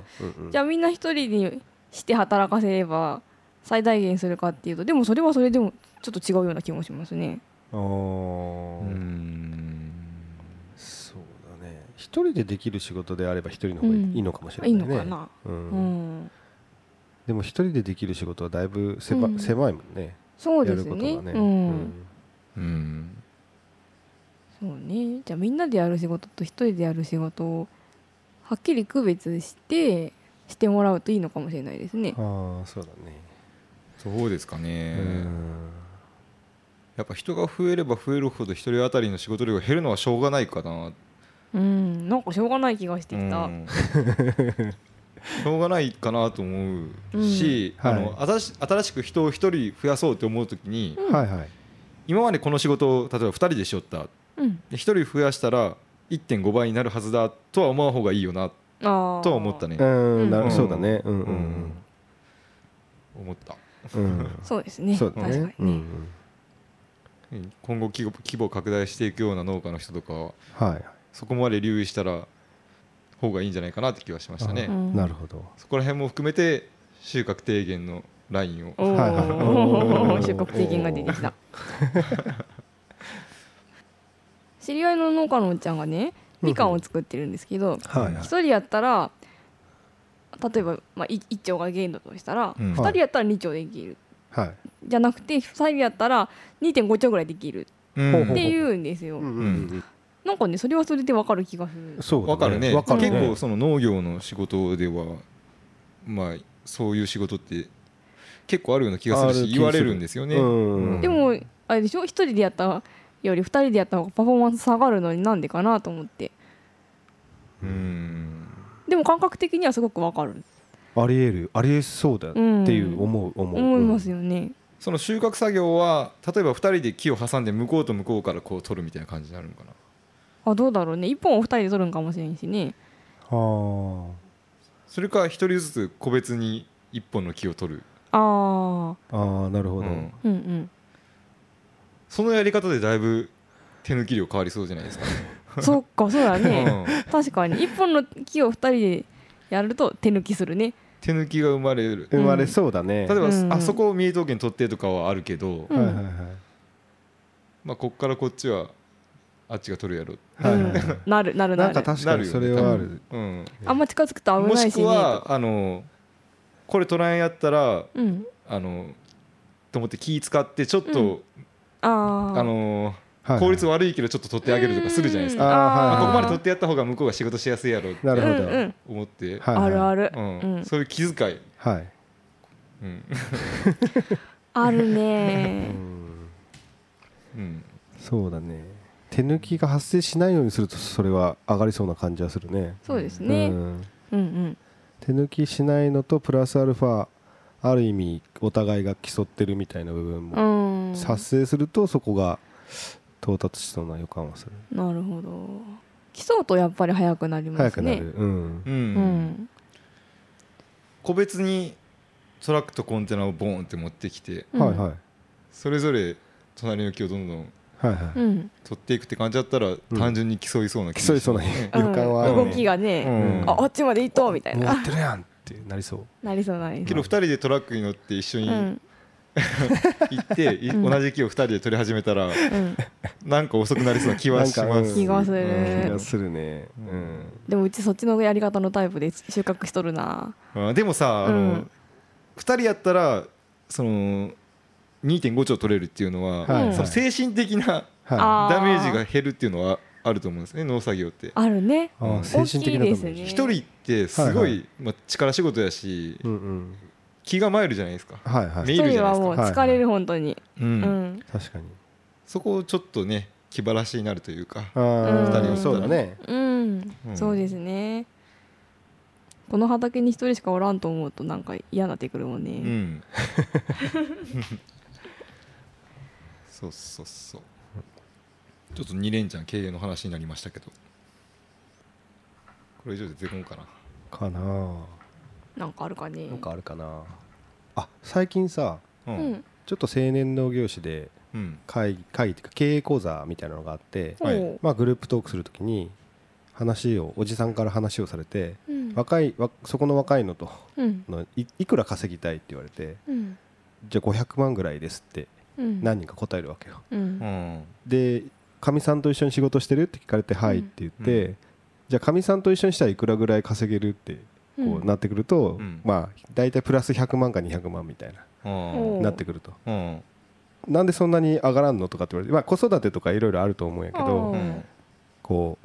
Speaker 3: ね、
Speaker 2: じゃあみんな一人にして働かせれば最大限するかっていうとでもそれはそれでもちょっと違うような気もしますね。
Speaker 3: あー
Speaker 1: うん
Speaker 3: そうだね一人でできる仕事であれば一人の方がい
Speaker 2: うん
Speaker 3: いいいのかもしれない
Speaker 2: いい
Speaker 3: ね、
Speaker 2: のかな。
Speaker 3: うん
Speaker 2: うん、
Speaker 3: でも一人でできる仕事はだいぶ狭,、
Speaker 2: うん
Speaker 3: 狭いもんね
Speaker 2: そうです
Speaker 3: やること
Speaker 2: ね。
Speaker 3: がね、
Speaker 2: うん、
Speaker 1: うん
Speaker 2: そうね。じゃあみんなでやる仕事と一人でやる仕事をはっきり区別してしてもらうといいのかもしれないですね。
Speaker 3: ああそうだね、
Speaker 1: そうですかね、
Speaker 3: うん
Speaker 1: やっぱ人が増えれば増えるほど一人当たりの仕事量が減るのはしょうがないかな
Speaker 2: うん、なんかしょうがない気がしてきた。
Speaker 1: うん しょうがないかなと思うし、
Speaker 3: うん
Speaker 1: あの新し新しく人を一人増やそうって思うときに、
Speaker 2: うん
Speaker 3: はいはい
Speaker 1: 今までこの仕事を例えば二人でしよった
Speaker 2: うん、
Speaker 1: で一人増やしたら1.5倍になるはずだとは思う方がいいよな
Speaker 2: ああ。
Speaker 1: とは思った
Speaker 2: ね。
Speaker 1: ね、
Speaker 3: うんな
Speaker 2: うん
Speaker 3: そうだねうん
Speaker 1: う
Speaker 3: うんん
Speaker 1: 思った
Speaker 3: うん、うん
Speaker 2: そうですね。
Speaker 3: そうだね
Speaker 2: 確かにね。
Speaker 3: うん
Speaker 1: うん今後規模規模を拡大していくような農家の人とかは
Speaker 3: はい
Speaker 1: そこまで留意したら方がいいんじゃないかなって気はしましたね、
Speaker 3: あ
Speaker 2: うん
Speaker 3: なるほど
Speaker 1: そこら辺も含めて収穫低減のラインを
Speaker 2: おお、
Speaker 3: はいはい
Speaker 2: 収穫低減が出てき た。知り合いの農家のおっちゃんがね、みかんを作ってるんですけど、
Speaker 3: はい
Speaker 2: 一人やったら。例えば、まあ、い一丁が限度としたら、
Speaker 1: う
Speaker 2: 二、
Speaker 1: ん
Speaker 2: 人やったら二丁できる。
Speaker 3: はい
Speaker 2: じゃなくて、二人やったら、二点五丁ぐらいできる
Speaker 1: うん
Speaker 3: ほうほ
Speaker 2: っ
Speaker 3: う
Speaker 2: ていうんですよ。
Speaker 3: うん
Speaker 1: うん
Speaker 2: なんかね、それはそれでわかる気がする。
Speaker 3: そうだ
Speaker 1: わかるね
Speaker 3: わかるね
Speaker 1: 結構その農業の仕事ではまあそういう仕事って結構あるような気がする
Speaker 3: ある
Speaker 1: し
Speaker 3: 気がする
Speaker 1: 言われるんですよね、
Speaker 3: うん
Speaker 1: うん
Speaker 2: でも、あれでしょ、一人でやったより、二人でやった方がパフォーマンス下がるのになんでかなと思って。
Speaker 1: うん
Speaker 2: でも、感覚的にはすごくわかる。
Speaker 3: ありえるありえそうだっていう思う思う
Speaker 2: 思います
Speaker 3: よ
Speaker 2: よね。
Speaker 1: その収穫作業は例えば2人で木を挟んで向こうと向こうからこう取るみたいな感じになるのかな
Speaker 2: あどうだろうね一本を二人で取るんかもしれんしね
Speaker 3: あー
Speaker 1: それか1人ずつ個別に1本の木を取る、
Speaker 2: あ
Speaker 3: あーなるほ
Speaker 1: う
Speaker 3: ど
Speaker 1: ん
Speaker 2: ーうん うん
Speaker 1: そのやり方でだいぶ手抜き量変わりそうじゃないですか、
Speaker 2: そっかそうだね
Speaker 1: うん
Speaker 2: 確かに一本の木を二人でやると手抜きするね
Speaker 1: 手抜きが生まれる
Speaker 3: 生まれそうだね
Speaker 1: 例えば、
Speaker 2: うん
Speaker 1: あそこを民営刀剣取ってとかはあるけど、
Speaker 2: うん
Speaker 3: はいはいはい
Speaker 1: まあ、こっからこっちはあっちが取るやろ
Speaker 3: はいはいはい
Speaker 2: なるなる
Speaker 3: な
Speaker 2: なん
Speaker 3: か
Speaker 2: る
Speaker 3: 確
Speaker 1: な
Speaker 3: か
Speaker 1: る
Speaker 3: に
Speaker 1: よね
Speaker 3: それはある
Speaker 1: うん、
Speaker 2: あんま近づくと危
Speaker 1: も
Speaker 2: な
Speaker 1: し
Speaker 2: いし
Speaker 1: く
Speaker 2: ね
Speaker 1: はあのこれ取らんやったら
Speaker 2: うん
Speaker 1: あのと思って気使ってちょっと、
Speaker 2: あー
Speaker 1: あの
Speaker 3: はいはい
Speaker 1: 効率悪いけどちょっと取ってあげるとかするじゃないですか、
Speaker 3: うん
Speaker 1: あ
Speaker 3: あー
Speaker 1: ここまで取ってやった方が向こうが仕事しやすいやろって
Speaker 3: なるほ
Speaker 2: うんうん
Speaker 1: 思って、
Speaker 3: はいはい
Speaker 2: あるある、
Speaker 1: うん
Speaker 2: うん
Speaker 1: そういう気遣い、
Speaker 3: はい
Speaker 1: うん
Speaker 2: ある
Speaker 3: う
Speaker 2: ね
Speaker 3: ん
Speaker 1: うん、
Speaker 3: そうだね手抜きが発生しないようにするとそれは上がりそうな感じはするね
Speaker 2: そうですね、
Speaker 3: う
Speaker 2: うん、
Speaker 3: ん
Speaker 2: うん
Speaker 3: 手抜きしないのとプラスアルファある意味お互いが競ってるみたいな部分
Speaker 2: う
Speaker 3: も
Speaker 2: ん
Speaker 3: 発生するとそこが到達しそうな予感はする
Speaker 2: なるほど基礎とやっぱり早くなりま
Speaker 3: 早
Speaker 2: す
Speaker 3: くな
Speaker 2: ね
Speaker 3: るうん
Speaker 1: うん
Speaker 2: うん
Speaker 1: 個別にトラックとコンテナをボーンって持ってきて
Speaker 2: うん
Speaker 3: はいはい
Speaker 1: それぞれ隣の木をどんどん
Speaker 3: はいはい
Speaker 2: うん
Speaker 1: 取っていくって感じだったら
Speaker 3: ん
Speaker 1: 単純に競いそうな気が
Speaker 3: 競いそうな
Speaker 1: ね
Speaker 3: 予感はあるね
Speaker 2: 動きがね、
Speaker 1: うん
Speaker 2: ああっちまで行っとうみたい
Speaker 3: もうや
Speaker 2: な
Speaker 3: ってるやんってなりそう
Speaker 2: なりそうなり
Speaker 1: け
Speaker 2: そ
Speaker 1: ど2人でトラックに乗って一緒
Speaker 2: う
Speaker 1: に
Speaker 2: うん
Speaker 1: 行って、い
Speaker 2: うん
Speaker 1: 同じ木を2人で取り始めたら
Speaker 2: うん
Speaker 1: なんか遅くなりそうな気はします
Speaker 2: 気がする
Speaker 1: うん
Speaker 3: 気がするね
Speaker 1: う
Speaker 3: う
Speaker 1: ん
Speaker 3: ん
Speaker 2: でもうちそっちのやり方のタイプで収穫しとるな
Speaker 1: あでもさあの、
Speaker 2: うん
Speaker 1: 2人やったらその2.5兆取れるっていうのは、
Speaker 3: はい
Speaker 2: はい
Speaker 1: その精神的な
Speaker 3: は
Speaker 2: あー
Speaker 1: ダメージが減るっていうのはあると思うんですね農作業って。
Speaker 2: あるね
Speaker 3: いああ精神的な
Speaker 2: 大き
Speaker 3: ダ
Speaker 2: い
Speaker 3: メ
Speaker 2: ですね
Speaker 3: ージ
Speaker 1: 一人ってすごい、
Speaker 3: はいは
Speaker 1: まあ、力仕事やし、
Speaker 3: うんうん
Speaker 1: 気が参るじゃないですか、
Speaker 3: はいはい
Speaker 1: い
Speaker 2: 一
Speaker 1: るじ
Speaker 2: 人
Speaker 1: ゃないで
Speaker 2: は
Speaker 1: すか
Speaker 2: もう疲れる本当に
Speaker 1: う
Speaker 2: うんん
Speaker 3: 確かに
Speaker 1: そこをちょっとね気晴らしになるというか
Speaker 3: ああ
Speaker 2: うん
Speaker 3: そうだね
Speaker 2: うん
Speaker 1: うん
Speaker 2: そうですねこの畑に一人しかおらんと思うとなんか嫌になってくるもん
Speaker 1: う
Speaker 2: ね
Speaker 1: んそうそうそうちょっと2連チャン経営の話になりましたけどこれ以上で出てこんかな
Speaker 3: かな
Speaker 2: なんかあるかね
Speaker 3: なんかあるかなあ最近さ
Speaker 1: う
Speaker 2: うんん
Speaker 3: ちょっと青年農業士で
Speaker 1: うん
Speaker 3: 会議会議っていうか経営講座みたいなのがあって
Speaker 1: はい
Speaker 2: おう
Speaker 3: まあグループトークするときに話をおじさんから話をされて
Speaker 2: うん
Speaker 3: 若いわそこの若いのと
Speaker 2: うん
Speaker 3: のいいくら稼ぎたいって言われて
Speaker 2: うん
Speaker 3: じゃあ500万ぐらいですって
Speaker 2: うん
Speaker 3: 何人か答えるわけよ
Speaker 2: うん
Speaker 1: うん
Speaker 3: でかみさんと一緒に仕事してるって聞かれて「はい」って言って、
Speaker 1: う
Speaker 3: じゃあかみさんと一緒にしたらいくらぐらい稼げるってこうなってくると、
Speaker 1: うん
Speaker 3: まあ大体プラス100万か200万みたいな、
Speaker 1: うん
Speaker 2: お
Speaker 3: なってくると
Speaker 1: うん
Speaker 3: なんでそんなに上がらんのとかって言われて、まあ、子育てとかいろいろあると思うんやけ
Speaker 2: う
Speaker 3: ど
Speaker 2: ん
Speaker 3: こ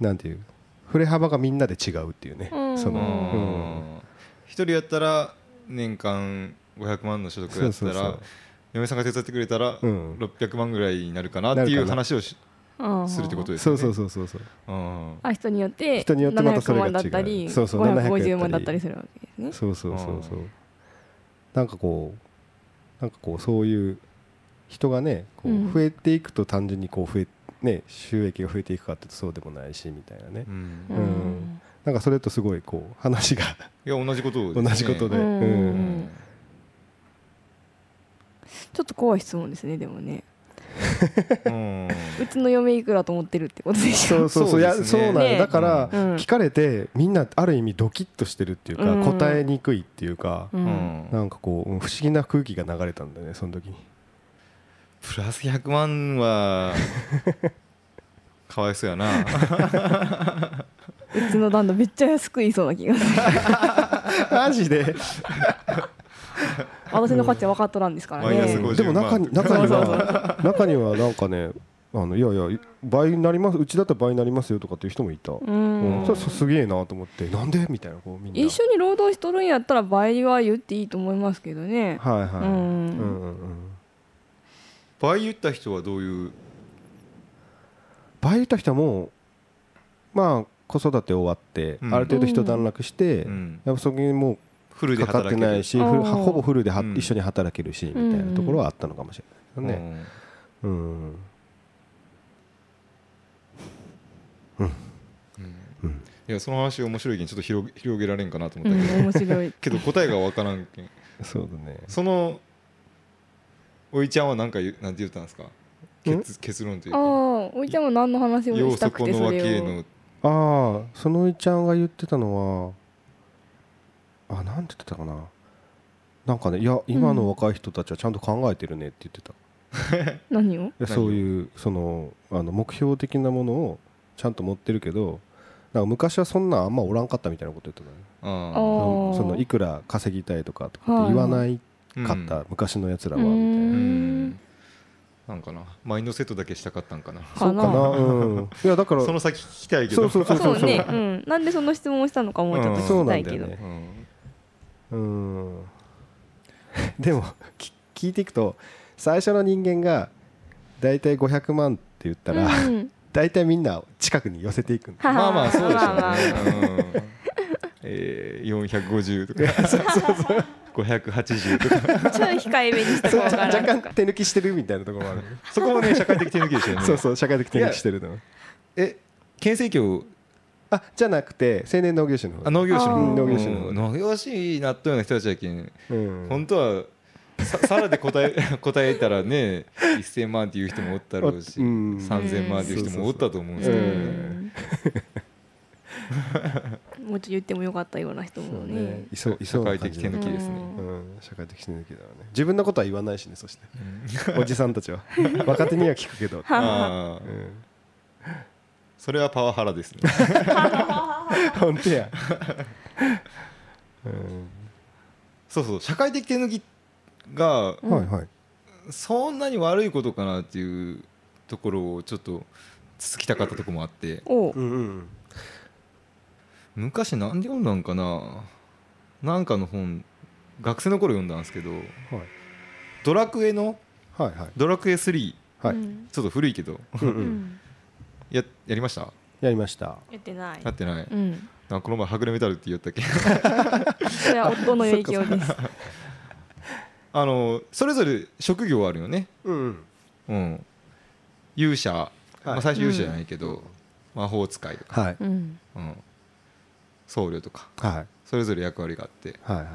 Speaker 3: うなんていう振れ幅がみんなで違うっていうね、
Speaker 2: うん
Speaker 3: そ
Speaker 1: うん
Speaker 3: の、うん
Speaker 1: 一人やったら年間500万の所得
Speaker 3: そ
Speaker 1: や
Speaker 3: う
Speaker 1: った
Speaker 3: そうそ
Speaker 1: ら
Speaker 3: う
Speaker 1: 嫁さんが手伝ってくれたら
Speaker 3: うん
Speaker 1: 600万ぐらいになるかなっ
Speaker 3: な
Speaker 1: てい
Speaker 3: るか
Speaker 1: う
Speaker 3: な
Speaker 1: 話をし
Speaker 2: うん
Speaker 1: するってことです
Speaker 3: そ
Speaker 1: よ
Speaker 3: う
Speaker 1: ね
Speaker 3: そうそうそうそう
Speaker 1: うん
Speaker 2: あ人によって
Speaker 3: 人によってまたそれが違う
Speaker 2: 700万だったり
Speaker 3: そうそう
Speaker 2: 550万だったりするわけですね
Speaker 3: そうそうそうそう
Speaker 1: う
Speaker 3: なんかこうなんかこうそういう人がねこ
Speaker 2: うん
Speaker 3: う増えていくと単純にこう増え、ね、収益が増えていくかっていうとそうでもないしみたいなね、
Speaker 1: うん
Speaker 3: んなんかそれとすごいこう話が
Speaker 1: いや同じことをです
Speaker 3: 同
Speaker 1: ね
Speaker 3: じことで、
Speaker 2: う
Speaker 3: うんん
Speaker 1: うん
Speaker 2: ちょっと怖い質問ですねでもね
Speaker 1: うん
Speaker 2: うちの嫁いくらと思ってるってことで し
Speaker 3: そ
Speaker 2: ょ
Speaker 3: うそうそういや
Speaker 1: そうです
Speaker 3: そう
Speaker 1: ね
Speaker 3: なの、
Speaker 2: ね
Speaker 3: だから
Speaker 2: うん
Speaker 3: 聞かれてみんなある意味ドキッとしてるっていうか、
Speaker 2: うん
Speaker 3: 答えにくいっていうか、
Speaker 2: う
Speaker 1: うんん
Speaker 3: なんかこううん不思議な空気が流れたんだよねその時に
Speaker 1: プラス100万 はかわいそうやな
Speaker 2: うちの旦那めっちゃ安く言いそうな気がする
Speaker 3: マジで
Speaker 2: 私の価値は分かっとらんですから
Speaker 1: マイナス
Speaker 2: ね
Speaker 1: 50万
Speaker 3: でも中に中には 中にはなんかねあのいやいや倍になりますうちだったら倍になりますよとかっていう人もいた、
Speaker 2: う
Speaker 3: うん
Speaker 2: ん
Speaker 3: それそすげえなと思ってなんでみたいなこうみんな
Speaker 2: 一緒に労働しとるんやったら倍は言っていいと思いますけどね
Speaker 3: はいはい、
Speaker 2: う
Speaker 3: うんんうんうん、
Speaker 1: 倍言った人はどういう
Speaker 3: 倍入った人はもうまあ子育て終わって、
Speaker 1: うん
Speaker 3: ある程度一段落して、
Speaker 1: うん
Speaker 3: やっぱそこにも
Speaker 1: フル
Speaker 3: う
Speaker 1: で
Speaker 3: かかっ
Speaker 1: 働
Speaker 3: て
Speaker 1: ける
Speaker 3: ないし
Speaker 2: フ
Speaker 3: フ
Speaker 2: ル
Speaker 3: ル
Speaker 2: で働ける
Speaker 3: は
Speaker 2: あー
Speaker 3: ほぼフルでは
Speaker 1: うん
Speaker 3: 一緒に働けるしみたいなところはあったのかもしれないね、うん
Speaker 1: うん
Speaker 3: うん
Speaker 1: いやその話面白いけんちょっと広げ 広げられんかなと思
Speaker 2: う
Speaker 1: っ
Speaker 2: ん
Speaker 1: たけど、
Speaker 2: 面白 い
Speaker 1: けど答えがわからんけん
Speaker 3: そうだね
Speaker 1: そのおいちゃんは何か言うなんて言ったんですか結結論という
Speaker 2: ああ
Speaker 1: か
Speaker 2: おいちゃんも何の話を
Speaker 1: 要
Speaker 2: し
Speaker 1: 素
Speaker 2: たく
Speaker 1: こ
Speaker 2: て
Speaker 1: の
Speaker 2: そ
Speaker 1: 脇
Speaker 2: れ
Speaker 1: へ
Speaker 2: を
Speaker 1: の
Speaker 3: ああそのいちゃんが言ってたのはあなんて言ってたかななんかねいや今の若い人たちはちゃんと考えてるねって言ってた、
Speaker 2: 何を
Speaker 3: いや
Speaker 1: 何を
Speaker 3: そういうそのあの目標的なものをちゃんと持ってるけどなんか昔はそんなんあんまおらんかったみたいなこと言ってたね
Speaker 1: あ
Speaker 2: あー
Speaker 3: そのいくら稼ぎたいとかとかって言わない
Speaker 1: ー
Speaker 3: かった、昔のやつらは
Speaker 2: う
Speaker 3: みた
Speaker 1: う
Speaker 3: い
Speaker 1: ん
Speaker 3: な。
Speaker 1: うんなんかなマインドセットだけしたかったんかな
Speaker 3: そうかな、うん、 いやだから
Speaker 1: その先聞きたいけ
Speaker 3: そ
Speaker 1: ど
Speaker 3: うそうそう
Speaker 2: そうね、うん、なんでその質問をしたのかもうちょっと聞きたいけど、
Speaker 3: うんそうなんだよね
Speaker 1: うん
Speaker 3: うん でもき聞いていくと最初の人間が大体500万って言ったら、
Speaker 2: うん
Speaker 3: 大体みんな近くに寄せていくんだ
Speaker 2: はは
Speaker 1: まあまあそうでしょうね、
Speaker 2: まあまあ
Speaker 1: うんえー、450とか580とか
Speaker 2: ちょい控えめにし た
Speaker 3: そう
Speaker 2: 方が
Speaker 3: 若干手抜きしてるみたいなところもある
Speaker 1: そこもね社会的手抜きですよね
Speaker 3: そうそう社会的手抜きしてるの
Speaker 1: え県政協
Speaker 3: あじゃなくて青年農業種の方
Speaker 1: あ農業種の
Speaker 2: あー
Speaker 1: 方
Speaker 2: 農
Speaker 3: 業種の方
Speaker 1: うん農業種になったような人たちやけん
Speaker 3: うん
Speaker 1: 本当はささらで答え 答えたらね1000万っていう人もおったろうし、
Speaker 3: うん
Speaker 1: 3000万っていう人もおったと思うんです
Speaker 2: う
Speaker 1: けどね、
Speaker 2: んもうちょっと言ってもよかったような人もね
Speaker 3: いそういそうな感じ
Speaker 1: 社
Speaker 3: だ
Speaker 1: 会的手抜きですね
Speaker 2: うん
Speaker 3: うん社会的手抜きだよね自分のことは言わないしねそしておじさんた ちは若手には聞くけ ど、
Speaker 1: ああ
Speaker 3: うん、
Speaker 1: それはパワハラですね
Speaker 3: 本当や、うん
Speaker 1: そうそう社会的手抜きが
Speaker 2: うん
Speaker 3: はいはい
Speaker 1: そんなに悪いことかなっていうところをちょっとつつきたかったとこもあって
Speaker 2: おう
Speaker 3: うんうん
Speaker 1: 昔なんで読んだんかななんかの本学生の頃読んだんですけど
Speaker 3: はい
Speaker 1: 「ドラクエ」の
Speaker 3: はいはい
Speaker 1: 「ドラクエ3」
Speaker 3: はい、
Speaker 2: うん
Speaker 1: ちょっと古いけど
Speaker 3: うんう、
Speaker 2: うんん
Speaker 1: ややりました
Speaker 3: やりました
Speaker 2: やってない
Speaker 1: なってない、
Speaker 2: うん
Speaker 1: なんかこの前はぐれメタルって言ったっけ
Speaker 2: それは夫の影響です
Speaker 1: あのそれぞれ職業はあるよね
Speaker 3: うんうん
Speaker 1: うん勇者、まあ、最初勇者じゃないけど、
Speaker 3: うん
Speaker 1: 魔法使いとか、
Speaker 3: はい
Speaker 2: うん
Speaker 1: うん、僧侶とか
Speaker 3: はい
Speaker 1: それぞれ役割があって
Speaker 3: はいはい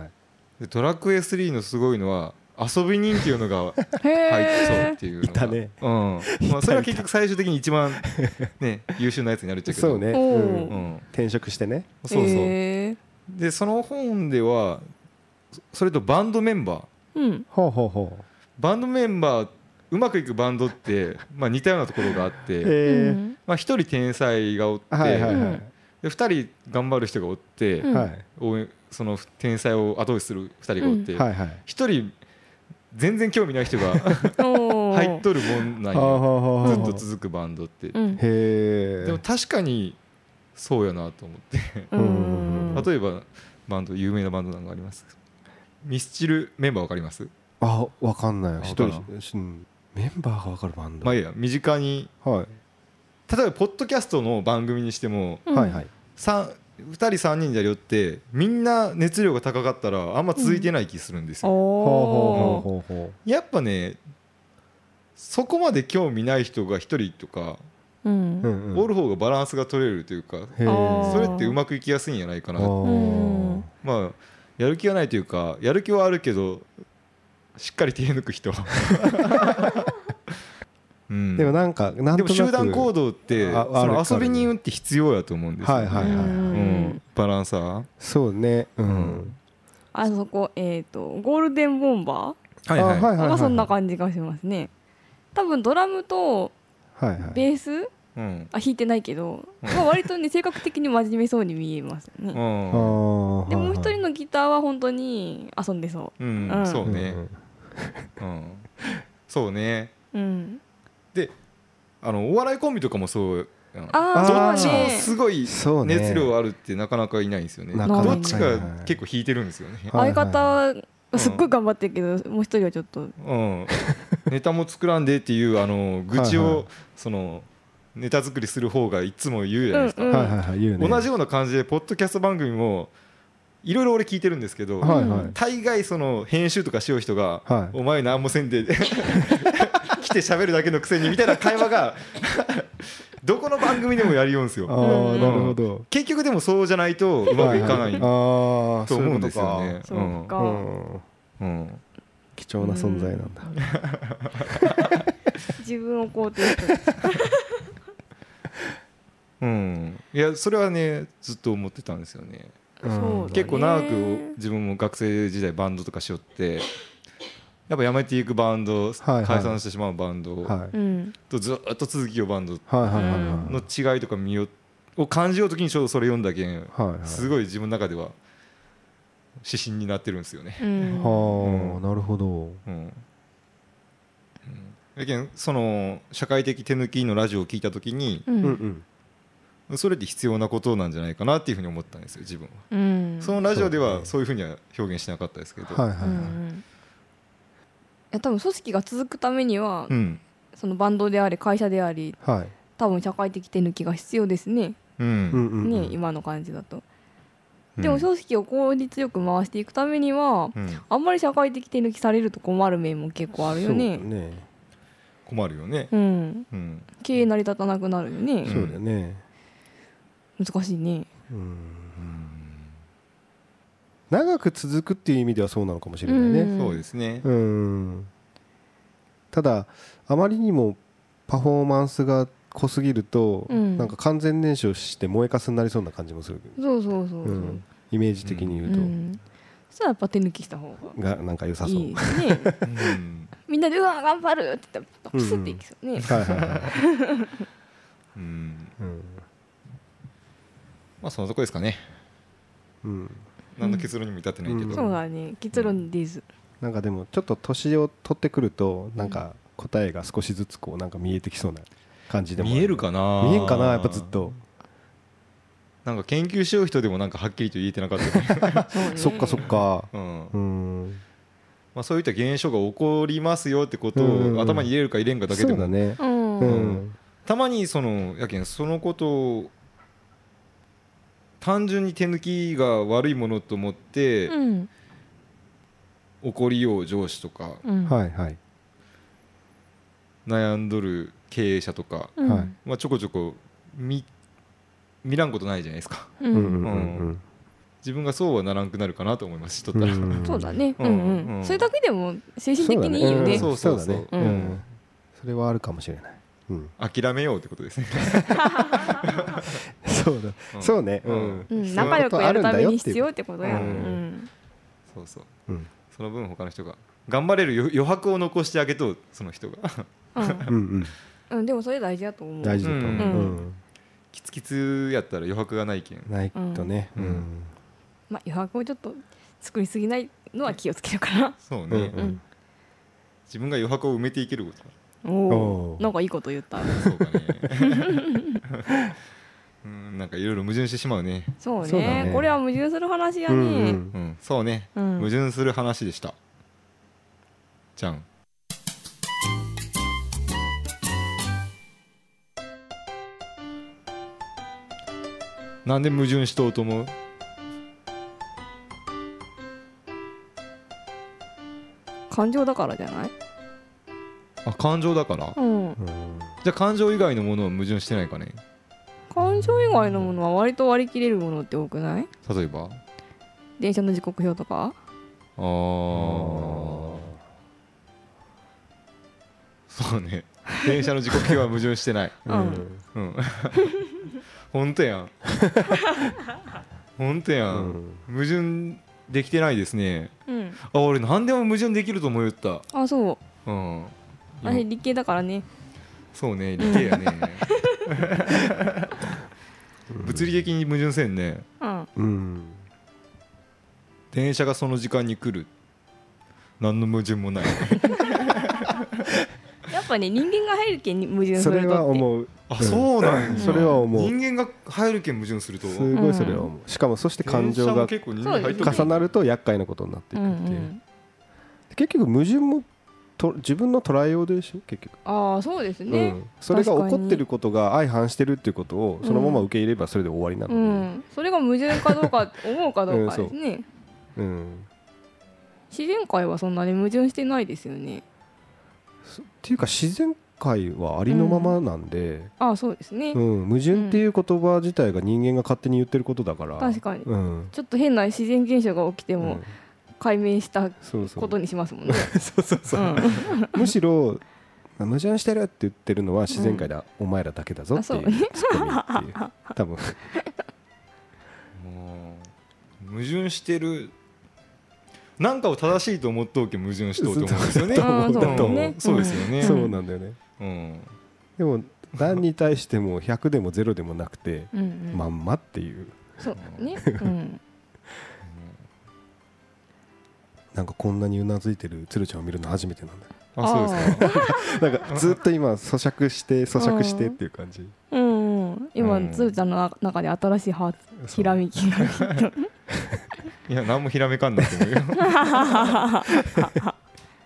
Speaker 1: でドラクエ3のすごいのは遊び人っていうのが
Speaker 2: へ
Speaker 1: 入ってそう
Speaker 2: え
Speaker 1: っていうのが
Speaker 3: いたね
Speaker 1: うんまあ、それは結局最終的に一番、ね、優秀なやつになるっちゃうけど
Speaker 3: そうね、
Speaker 2: お
Speaker 3: う、
Speaker 2: ー
Speaker 1: うんん、
Speaker 3: 転職してね
Speaker 1: そうそう、
Speaker 2: へー
Speaker 1: でその本ではそそれとバンドメンバー
Speaker 2: うん
Speaker 3: ほうほうほう
Speaker 1: バンドメンバーうまくいくバンドって、まあ、似たようなところがあって、
Speaker 3: え
Speaker 2: うん
Speaker 1: まあ、1人天才がおって、
Speaker 3: ー、はいはいは
Speaker 1: で2人頑張る人がおって、
Speaker 2: う
Speaker 3: い
Speaker 2: ん
Speaker 3: はい
Speaker 1: 応援その天才を後押しする2人がおって、
Speaker 3: はいはい
Speaker 1: 一人全然興味ない人が
Speaker 2: おー
Speaker 1: 入っとるもんなん
Speaker 3: あーは
Speaker 1: よ
Speaker 3: あはあはあ
Speaker 1: ずっと続くバンドって、
Speaker 2: うん
Speaker 3: へえ
Speaker 1: でも確かにそうやなと思って、
Speaker 2: うん
Speaker 1: 例えばバンド有名なバンドなんかありますミスチルメンバーわかります
Speaker 3: あわかんない
Speaker 1: わ
Speaker 3: 一
Speaker 1: からん
Speaker 3: 人しうんメンバーがわかるバンド
Speaker 1: まあいいや身近に
Speaker 3: はい
Speaker 1: 例えばポッドキャストの番組にしても
Speaker 2: うん
Speaker 3: はいはい
Speaker 1: 2人3人じゃりょってみんな熱量が高かったらあんま続いてない気するんですよ、
Speaker 3: ほうほう
Speaker 2: おお
Speaker 3: ほうほう
Speaker 1: やっぱねそこまで興味ない人が一人とか
Speaker 3: ほ
Speaker 2: うん
Speaker 3: う
Speaker 2: うん
Speaker 3: ん
Speaker 1: おる方がバランスが取れるというか
Speaker 3: へえ
Speaker 2: あー
Speaker 1: それってうまくいきやすいんじゃないか
Speaker 3: あ
Speaker 1: な
Speaker 2: う
Speaker 3: ー
Speaker 2: ん
Speaker 1: まあやる気はないというかやる気はあるけどしっかり手抜く 人うん
Speaker 3: でもなんかなん
Speaker 1: でも
Speaker 3: となく
Speaker 1: 集団行
Speaker 3: 動
Speaker 1: 動って
Speaker 3: あ
Speaker 1: そ
Speaker 3: あ
Speaker 1: の
Speaker 3: る
Speaker 1: 遊び人って必要やと思うんですよ、
Speaker 3: はいはいはい
Speaker 1: うん
Speaker 2: うん
Speaker 1: バランサー
Speaker 3: そうねう
Speaker 1: うん
Speaker 3: ん
Speaker 2: あそこえっとゴールデンボンバ
Speaker 1: は
Speaker 3: あはい
Speaker 2: ー
Speaker 3: はい
Speaker 2: が
Speaker 3: はい
Speaker 2: そんな感じがしますね多分ドラムと
Speaker 3: はいはい
Speaker 2: ベース
Speaker 1: うん
Speaker 2: あ弾いてないけど
Speaker 1: うん
Speaker 2: まあ割とね性格的に真面目そうに見えますよ
Speaker 1: う
Speaker 2: ね
Speaker 3: あ
Speaker 1: ん
Speaker 3: ー
Speaker 2: で
Speaker 3: はいは
Speaker 2: もう
Speaker 3: い
Speaker 2: 一人のギターは本当に遊んでそ
Speaker 1: うん
Speaker 2: うん
Speaker 1: そうね
Speaker 3: んん
Speaker 1: うんそうね
Speaker 2: ううん
Speaker 1: あのお笑いコンビとかもそうやん
Speaker 2: あ
Speaker 1: ど
Speaker 2: あ
Speaker 1: っち
Speaker 2: そう
Speaker 1: も
Speaker 2: ね
Speaker 1: すごい
Speaker 3: そうね
Speaker 1: 熱量あるってなかなかいないんですよね
Speaker 3: な
Speaker 2: かなか
Speaker 1: どっちか結構引いてるんですよね
Speaker 3: はいは
Speaker 2: 相
Speaker 3: い
Speaker 2: 方はすっごい頑張ってるけどもう一人はちょっと
Speaker 1: うん、ネタも作らんでっていうあの愚痴を、
Speaker 3: はいはい
Speaker 1: そのネタ作りする方がいつも言うじゃないですか、
Speaker 2: うんうん
Speaker 3: はいはいはい言うね
Speaker 1: 同じような感じでポッドキャスト番組もいろいろ俺聞いてるんですけど、
Speaker 3: はい
Speaker 2: うん
Speaker 3: はい
Speaker 1: 大概その編集とかしよう人が「
Speaker 3: はい
Speaker 1: お前何もせんで」 来て喋るだけのくせにみたいな会話が どこの番組でもやりようんです
Speaker 3: あ
Speaker 1: よ
Speaker 3: あ
Speaker 2: うん
Speaker 3: なるほど
Speaker 1: 結局でもそうじゃないとうまくいかない
Speaker 3: ああー
Speaker 1: と
Speaker 3: そうい
Speaker 1: 思う
Speaker 3: うんこ
Speaker 1: ですよね。
Speaker 2: そういうこ
Speaker 3: とか
Speaker 2: とか
Speaker 3: うん
Speaker 1: うん
Speaker 3: 貴重な存在なんだ
Speaker 2: 自分を肯定してる
Speaker 1: うん、いやそれはねずっと思ってたんですよね
Speaker 2: そうだね
Speaker 1: 結構長く自分も学生時代バンドとかしよってやっぱやめていくバンド、
Speaker 3: はいはい
Speaker 1: 解散してしまうバンド
Speaker 3: はい
Speaker 2: うん
Speaker 1: とずっと続きようバンド
Speaker 3: はいはいはいはい
Speaker 1: の違いとか見よを感じようときにちょうどそれ読んだけん
Speaker 3: はいはい
Speaker 1: すごい自分の中では指針になってるんですよね。
Speaker 2: うん
Speaker 1: う
Speaker 3: はあ
Speaker 1: ん
Speaker 3: なるほど
Speaker 1: うんうんやけんその社会的手抜きのラジオを聞いたときに
Speaker 2: う
Speaker 3: うんん
Speaker 1: それって必要なことなんじゃないかなっていうふうに思ったんですよ自分は。
Speaker 2: うん
Speaker 1: そのラジオではそういうふうには表現しなかったですけど、
Speaker 3: はいはい
Speaker 2: うんうんいや多分組織が続くためには、
Speaker 1: うん、
Speaker 2: そのバンドであり会社であり
Speaker 3: はい
Speaker 2: 多分社会的手抜きが必要ですね、
Speaker 1: う、
Speaker 3: うんんうん
Speaker 2: ね今の感じだと、でも組織を効率よく回していくためには、
Speaker 1: うん
Speaker 2: あんまり社会的手抜きされると困る面も結構あるよね
Speaker 3: そうね
Speaker 1: 困るよね、
Speaker 2: うん
Speaker 1: うん、
Speaker 2: 経営成り立たなくなるよね、
Speaker 3: そうだよね
Speaker 2: 難しいね
Speaker 3: うん長く続くっていう意味ではそうなのかもしれないね、
Speaker 2: うん
Speaker 1: そうですね、
Speaker 3: うんただあまりにもパフォーマンスが濃すぎると、
Speaker 2: うん
Speaker 3: なんか完全燃焼して燃えかすになりそうな感じもする、
Speaker 2: そうそうそう
Speaker 3: う
Speaker 2: そ
Speaker 3: ん、イメージ的に
Speaker 2: う
Speaker 3: 言うと、
Speaker 2: んそしたらやっぱ手抜きした方が
Speaker 3: がなんか良さそう
Speaker 2: いいですね
Speaker 1: うん
Speaker 2: みんなで「うわ頑張る!」って言ったらピスっていきそうね、
Speaker 3: はいはいはい、
Speaker 1: うん
Speaker 3: うん
Speaker 1: まあそのとこですかね
Speaker 3: うん、
Speaker 1: 何の結論にも至ってないけ
Speaker 3: うん
Speaker 1: ど、
Speaker 2: そうだね結論です、
Speaker 3: なんかでもちょっと年を取ってくるとなんか答えが少しずつこうなんか見えてきそうな感じでもあ
Speaker 1: 見えるかな
Speaker 3: 見えるかなやっぱずっと
Speaker 1: なんか研究しよう人でもなんかはっきりと言えてなかった よね、
Speaker 2: そうね
Speaker 3: そっかそっか
Speaker 1: うん
Speaker 3: うん
Speaker 1: まあ、そういった現象が起こりますよってことを頭に入れるか入れんかだけで
Speaker 3: そう
Speaker 1: も
Speaker 3: だね
Speaker 2: うん、
Speaker 3: う
Speaker 1: うん
Speaker 3: ん
Speaker 1: たまにそのやけんそのことを単純に手抜きが悪いものと思って
Speaker 2: うん
Speaker 1: 怒りよう上司とか
Speaker 2: うん
Speaker 3: はいはい
Speaker 1: 悩んどる経営者とか、
Speaker 2: うん
Speaker 3: はい
Speaker 1: まあ、ちょこちょこ見見らんことないじゃないですか
Speaker 2: う
Speaker 3: うんんうんうん
Speaker 1: 自分がそうはならんくなるかなと思いますしとっ
Speaker 3: う
Speaker 1: たら、
Speaker 3: んうん
Speaker 2: そうだね、
Speaker 1: う
Speaker 2: うんんうん
Speaker 1: うん
Speaker 2: それだけでも精神的にいいよね
Speaker 1: そ
Speaker 3: そうう
Speaker 1: そ
Speaker 3: そ
Speaker 1: そう
Speaker 3: ううだね
Speaker 2: う
Speaker 3: うんんそれはあるかもしれないうん
Speaker 1: 諦めようってことですね
Speaker 3: そう
Speaker 1: う
Speaker 3: だ
Speaker 1: ん
Speaker 3: そうねう
Speaker 2: うん
Speaker 3: ん
Speaker 2: ん、仲良くやるために必要
Speaker 3: う
Speaker 2: ってことや
Speaker 1: うん
Speaker 2: うん
Speaker 1: そうそう
Speaker 3: うん
Speaker 1: その分他の人が頑張れる余余白を残してあげとその人が
Speaker 2: うん
Speaker 3: うんうん
Speaker 2: うんでもそれ大事だと思う
Speaker 3: 大事だと思う
Speaker 2: うん
Speaker 3: うん
Speaker 1: キツキツやったら余白がないけん
Speaker 3: ないとね
Speaker 1: うん
Speaker 3: うん
Speaker 2: まあ余白をちょっと作りすぎないのは気をつけるから
Speaker 1: そう
Speaker 3: う
Speaker 1: ね、
Speaker 3: んうん
Speaker 1: 自分が余白を埋めていけること
Speaker 2: お
Speaker 3: お
Speaker 2: お
Speaker 3: ー
Speaker 2: なんかいいこと言った
Speaker 1: そうかね。 うん、なんかいろいろ矛盾してしまうね。
Speaker 2: そう
Speaker 3: そうだ
Speaker 2: ね
Speaker 3: ね
Speaker 2: これは矛盾する話や
Speaker 3: う
Speaker 2: ね、
Speaker 3: んうん
Speaker 1: うん、そうね。
Speaker 2: うん
Speaker 1: 矛盾する話でした。じゃん。なんで矛盾しとうと思う。
Speaker 2: 感情だからじゃない、
Speaker 1: あ、感情だから。
Speaker 2: うん、
Speaker 3: うん
Speaker 1: じゃあ感情以外のものは矛盾してないかね。
Speaker 2: 感情以外のものは割と割り切れるものって多くない
Speaker 1: 例えば。
Speaker 2: 電車の時刻表と
Speaker 1: あ
Speaker 2: か
Speaker 1: あ。そうね。電車の時刻表は矛盾してない。
Speaker 2: うん
Speaker 1: うん。 本当やん。 本当や。
Speaker 3: うんん
Speaker 1: 矛盾できてないですね。
Speaker 2: うん
Speaker 1: あ、俺何でも矛盾できると思いよった。
Speaker 2: あそう
Speaker 1: うん。
Speaker 2: あれ理系だからね
Speaker 1: そうね、理系やね。物理的に矛盾せんね。
Speaker 2: うん
Speaker 3: うん
Speaker 1: 電車がその時間に来る。何の矛盾もない。
Speaker 2: やっぱね人間が入るけんに矛盾す
Speaker 3: そ
Speaker 2: ると
Speaker 3: れは
Speaker 2: って
Speaker 3: 思う
Speaker 1: あ、そうなんや。
Speaker 3: それは思う
Speaker 1: 人間が入るけん矛盾すると。
Speaker 3: すごいそれは思う、しかもそして感情が
Speaker 1: 電車も結構人間入っと
Speaker 2: そうです
Speaker 1: る
Speaker 3: 重なると厄介なことになっていくっていう、
Speaker 2: うん
Speaker 3: 結局矛盾もと自分の捉えようでしょ結局、
Speaker 2: うん、ああそうですね、
Speaker 3: うん、それが
Speaker 2: 確か
Speaker 3: 起
Speaker 2: に
Speaker 3: こってることが相反してるっていうことをそのまま受け入れればそれで終わりな
Speaker 2: う
Speaker 3: の
Speaker 2: ん、それが矛盾かど うか思うかどうかですね、
Speaker 3: で、うん
Speaker 2: 自然界はそんなに矛盾してないですよね
Speaker 3: そっていうか自然界はありのままなんで、
Speaker 2: ああそうですね、
Speaker 3: うん矛盾っていう言葉自体が人間が勝手に言ってることだから
Speaker 2: 確かに
Speaker 3: うん
Speaker 2: ちょっと変な自然現象が起きて
Speaker 3: う
Speaker 2: も
Speaker 3: ん
Speaker 2: 解明した
Speaker 3: そうそ
Speaker 2: こ
Speaker 3: う
Speaker 2: とにしますもん ね、
Speaker 3: そうそうそううんむしろ矛盾してるって言ってるのは自然界だ、お前らだけだぞっていう
Speaker 2: あそう
Speaker 3: ツッコミっていう 多分
Speaker 1: もう矛盾してるなんかを正しいと思っとうけん矛盾しとうと思うんですよね。
Speaker 3: そう
Speaker 1: うん
Speaker 2: そうだと思う
Speaker 1: うんそうですよね。
Speaker 3: そうなんだよね
Speaker 1: うん
Speaker 3: でも何に対しても100でも0でもなくて
Speaker 2: うんう ん
Speaker 3: まんまっていう
Speaker 2: そう ね、うん、
Speaker 3: なんかこんなにうなずいてる鶴ちゃんを見るの初めてなんだよ
Speaker 1: あ、そうですか。
Speaker 2: か
Speaker 3: なんかずっと今咀嚼して咀嚼してっていう感じ
Speaker 2: うんうん今
Speaker 1: うん
Speaker 2: つるちゃんの中で新しい発ひらめきが
Speaker 1: いや、何もひらめかんなくてもいいよ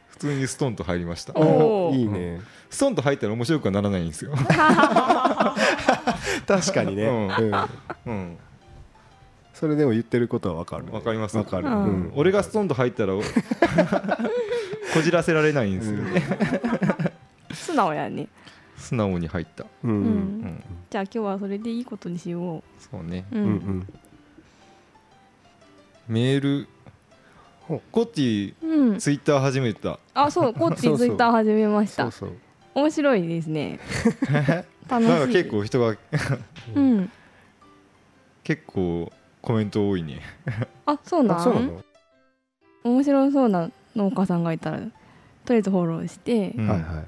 Speaker 1: 普通にストンと入りました。
Speaker 2: おー
Speaker 3: いいね
Speaker 1: ストンと入ったら面白くはならないんですよ。
Speaker 3: 確かにね、
Speaker 1: うん
Speaker 3: うん
Speaker 1: うん、
Speaker 3: それでも言ってることは分かるね
Speaker 1: わかります
Speaker 3: わかる、
Speaker 2: うん
Speaker 3: うん
Speaker 1: 俺がストンと入ったら こじらせられないんですよね。
Speaker 2: 素直やね、
Speaker 1: 素直に入った。
Speaker 3: うん
Speaker 2: う
Speaker 3: うん
Speaker 1: うんん、
Speaker 2: じゃあ今日はそれでいいことにしよ
Speaker 1: そうね。
Speaker 2: う、う
Speaker 3: うんんうん
Speaker 1: メールコッティ
Speaker 2: うん
Speaker 1: ツイッター始めてた
Speaker 2: あそうコッチ
Speaker 3: そうそう
Speaker 2: ツイッター始めまし
Speaker 3: そ
Speaker 2: た
Speaker 3: うそう
Speaker 2: 面白いです ね楽しい
Speaker 1: なんか結構人が
Speaker 2: うん
Speaker 1: 結構コメント多いね
Speaker 2: あそうな
Speaker 3: あそうなの
Speaker 2: ん面白そうな農家さんがいたらとりあえずフォローして、
Speaker 1: うん
Speaker 3: はいはい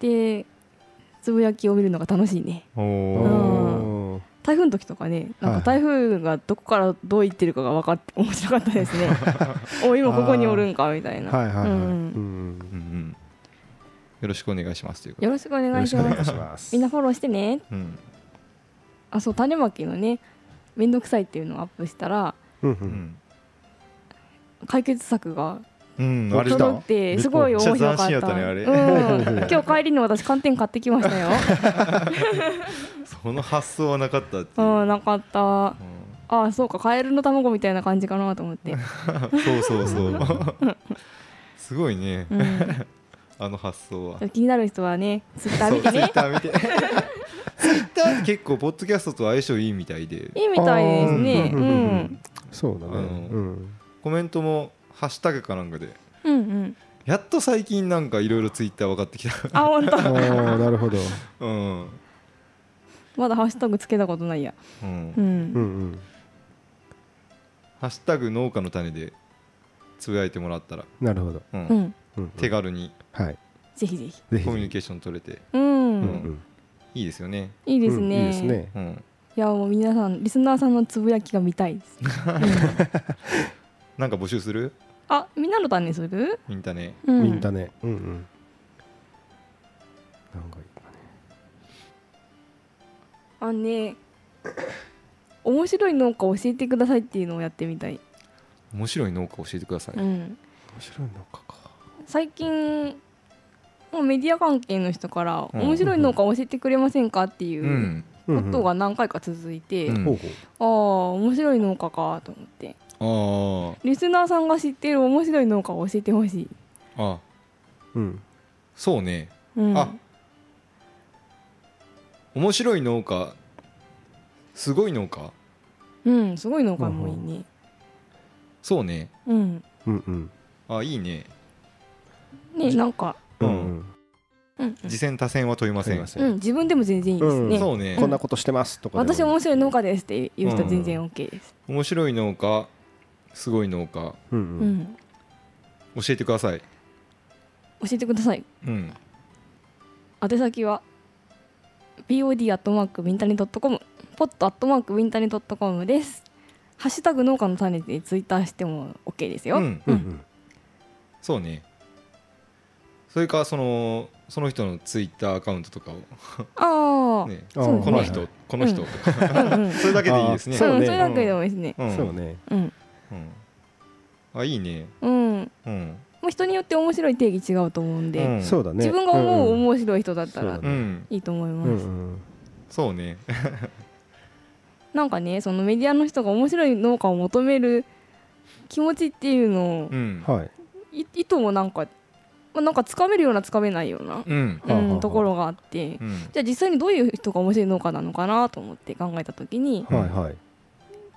Speaker 2: でつぶやきを見るのが楽しいね
Speaker 1: お
Speaker 3: お
Speaker 1: お
Speaker 3: おー
Speaker 2: 台風の時とかねなん
Speaker 3: は
Speaker 2: か
Speaker 3: い
Speaker 2: 台風がどこからどう行ってるかが分かって面白かったで すねお今ここにおるんかみたいな、
Speaker 3: はいはいはい
Speaker 2: うん
Speaker 3: う
Speaker 2: うん
Speaker 3: ん
Speaker 1: うんうんよろしくお願いしますということ
Speaker 2: よろしくお
Speaker 3: よ
Speaker 2: 願
Speaker 3: ろ
Speaker 2: い
Speaker 3: し
Speaker 2: し
Speaker 3: くお
Speaker 2: ま
Speaker 3: 願い
Speaker 2: す
Speaker 3: します
Speaker 2: みんなフォローしてね
Speaker 1: うん
Speaker 2: あそう種まきのねめんどくさいっていうのをアップしたら
Speaker 3: うんう
Speaker 1: うんん
Speaker 2: 解決策が
Speaker 1: うんあれ
Speaker 3: 来た
Speaker 2: 届いてすごい面白かった
Speaker 1: めっちゃ斬新やったねあれ
Speaker 2: うん、今日帰りに私寒天買ってきましたよ
Speaker 1: その発想はなかったっていうう、
Speaker 2: んなかった
Speaker 1: う
Speaker 2: あそうかカエルの卵みたいな感じかなと思って、
Speaker 1: んそうそうそう すごいね
Speaker 2: うん、ち
Speaker 1: あの発想は
Speaker 2: ょっと気になる人はねツイッター見て
Speaker 1: ツイ
Speaker 2: ね
Speaker 1: ッター見てツイッターって結構ポッドキャストと相性いいみたいで
Speaker 2: いいみたいですね
Speaker 3: あーうんうんうん
Speaker 2: う
Speaker 3: うんんそうだね
Speaker 1: あの
Speaker 3: うん
Speaker 1: コメントもハッシュタグかなんかで
Speaker 2: うんうん
Speaker 1: やっと最近なんかいろいろツイッター分かってきた
Speaker 2: あ本当
Speaker 3: あーなるほど
Speaker 1: うん
Speaker 2: まだハッシュタグつけたことないや
Speaker 1: う
Speaker 2: うん
Speaker 3: うん
Speaker 2: ん
Speaker 3: うん
Speaker 1: ハッシュタグ農家の種でつぶやいてもらったら、
Speaker 3: なるほど
Speaker 1: うん
Speaker 2: うん
Speaker 3: うん
Speaker 1: 手軽に
Speaker 3: はい
Speaker 2: ぜひぜひ
Speaker 3: ぜひ
Speaker 1: コミュニ
Speaker 3: ぜひ
Speaker 1: ケーション取れて
Speaker 3: う
Speaker 2: う、
Speaker 3: んんうん
Speaker 1: いいですよね、
Speaker 2: いいです
Speaker 3: うん
Speaker 2: ね、
Speaker 3: いいですね
Speaker 1: うん、
Speaker 2: いやもう皆さんリスナーさんのつぶやきが見たいです、うん
Speaker 1: なんか募集する
Speaker 2: あみんなの種する、
Speaker 1: インタネ
Speaker 2: うん、
Speaker 3: みんなねうんうんなんかいいかね
Speaker 2: あのね面白い農家教えてくださいっていうのをやってみたい、
Speaker 1: 面白い農家教えてください、
Speaker 2: うん、
Speaker 3: 面白いのかか
Speaker 2: 最近もうメディア関係の人から「
Speaker 1: うん
Speaker 2: 面白い農家教えてくれませんか?」っていううん
Speaker 3: うん
Speaker 2: こ
Speaker 3: うん
Speaker 2: とが何回か続いて、
Speaker 1: うん
Speaker 2: あ
Speaker 3: ほうほう
Speaker 2: あ面白い農家かと思って
Speaker 1: あ
Speaker 2: リスナーさんが知ってる面白い農家を教えてほしい、
Speaker 1: ああ
Speaker 3: うん
Speaker 1: そうね、
Speaker 2: うん、
Speaker 1: あ面白い農家すごい農家
Speaker 2: うんすごい農家もいいね
Speaker 1: そうね
Speaker 2: うん
Speaker 3: うんうん
Speaker 1: あいいね
Speaker 2: ねなんか、
Speaker 3: うんうん
Speaker 2: うん
Speaker 1: 次戦他戦は問いません
Speaker 3: 問いませ
Speaker 2: うん、自分でも全然いいですね、
Speaker 3: ん
Speaker 1: そうね
Speaker 3: こんなことしてますとかでも
Speaker 2: 私面白い農家ですって言う人
Speaker 1: うん
Speaker 2: 全然 OK です、
Speaker 1: 面白い農家すごい農家
Speaker 3: うん
Speaker 2: う
Speaker 3: うん
Speaker 2: ん
Speaker 1: 教えてください
Speaker 2: 教えてください
Speaker 1: うん
Speaker 2: 宛先は pod アットマークミンタニドットコムポットアットマークミンタニドットコムですハッシュタグ農家の種でツイッターしても OK ですよ、
Speaker 1: うん
Speaker 3: うんうん
Speaker 1: そうねそれかそのその人のツイッターアカウントとかを、
Speaker 2: ああ、
Speaker 1: ね、
Speaker 3: あ
Speaker 2: ーそうね
Speaker 1: この
Speaker 3: は
Speaker 1: 人
Speaker 3: い
Speaker 1: この人、
Speaker 2: うん
Speaker 1: そ
Speaker 2: うんうん
Speaker 1: れだけでいいですね
Speaker 3: そうね
Speaker 2: んそれだけでもいいですね
Speaker 1: うん
Speaker 3: そうね
Speaker 2: うん
Speaker 1: うんあいいね
Speaker 2: うん、
Speaker 1: うん
Speaker 2: もう人によって面白い定義違うと思うんで、
Speaker 1: うん
Speaker 3: そうだね
Speaker 2: 自分が思うん面白い人だっ
Speaker 3: そ
Speaker 2: たら
Speaker 3: うだ
Speaker 1: う
Speaker 3: ね
Speaker 1: ん
Speaker 2: いいと思います、
Speaker 3: うんうん
Speaker 1: そうね
Speaker 2: なんかねそのメディアの人が面白い農家を求める気持ちっていうのを
Speaker 1: うん
Speaker 3: はい
Speaker 2: いいともなんか、まあ、なんかつかめるようなつかめないような、
Speaker 1: うん
Speaker 3: はあはあ
Speaker 2: う
Speaker 3: はあ
Speaker 2: ん、ところがあって
Speaker 1: うん
Speaker 2: じゃあ実際にどういう人が面白い農家なのかなと思って考えた時に
Speaker 3: はいはい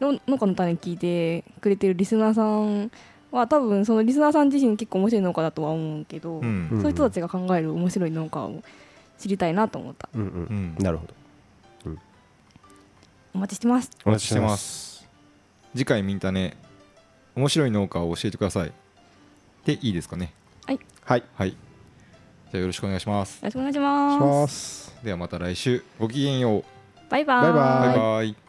Speaker 2: の農家の種聞いてくれてるリスナーさんは多分そのリスナーさん自身結構面白い農家だとは思うけど、
Speaker 1: うん
Speaker 2: そういう人たちが考える面白い農家を知りたいなと思った
Speaker 3: うん
Speaker 1: う
Speaker 3: うん
Speaker 1: ん
Speaker 3: なるほど
Speaker 2: お待ちしてます
Speaker 1: お待ちしてます次回ミンタネ面白い農家を教えてくださいでいいですかね
Speaker 3: はい
Speaker 1: はいじゃあよろしくお願いします
Speaker 2: よろしくお願いし
Speaker 3: し
Speaker 2: ま
Speaker 3: ますす
Speaker 1: ではまた来週ごきげんよう
Speaker 2: バイバー
Speaker 3: バイバーイ
Speaker 1: バイバイ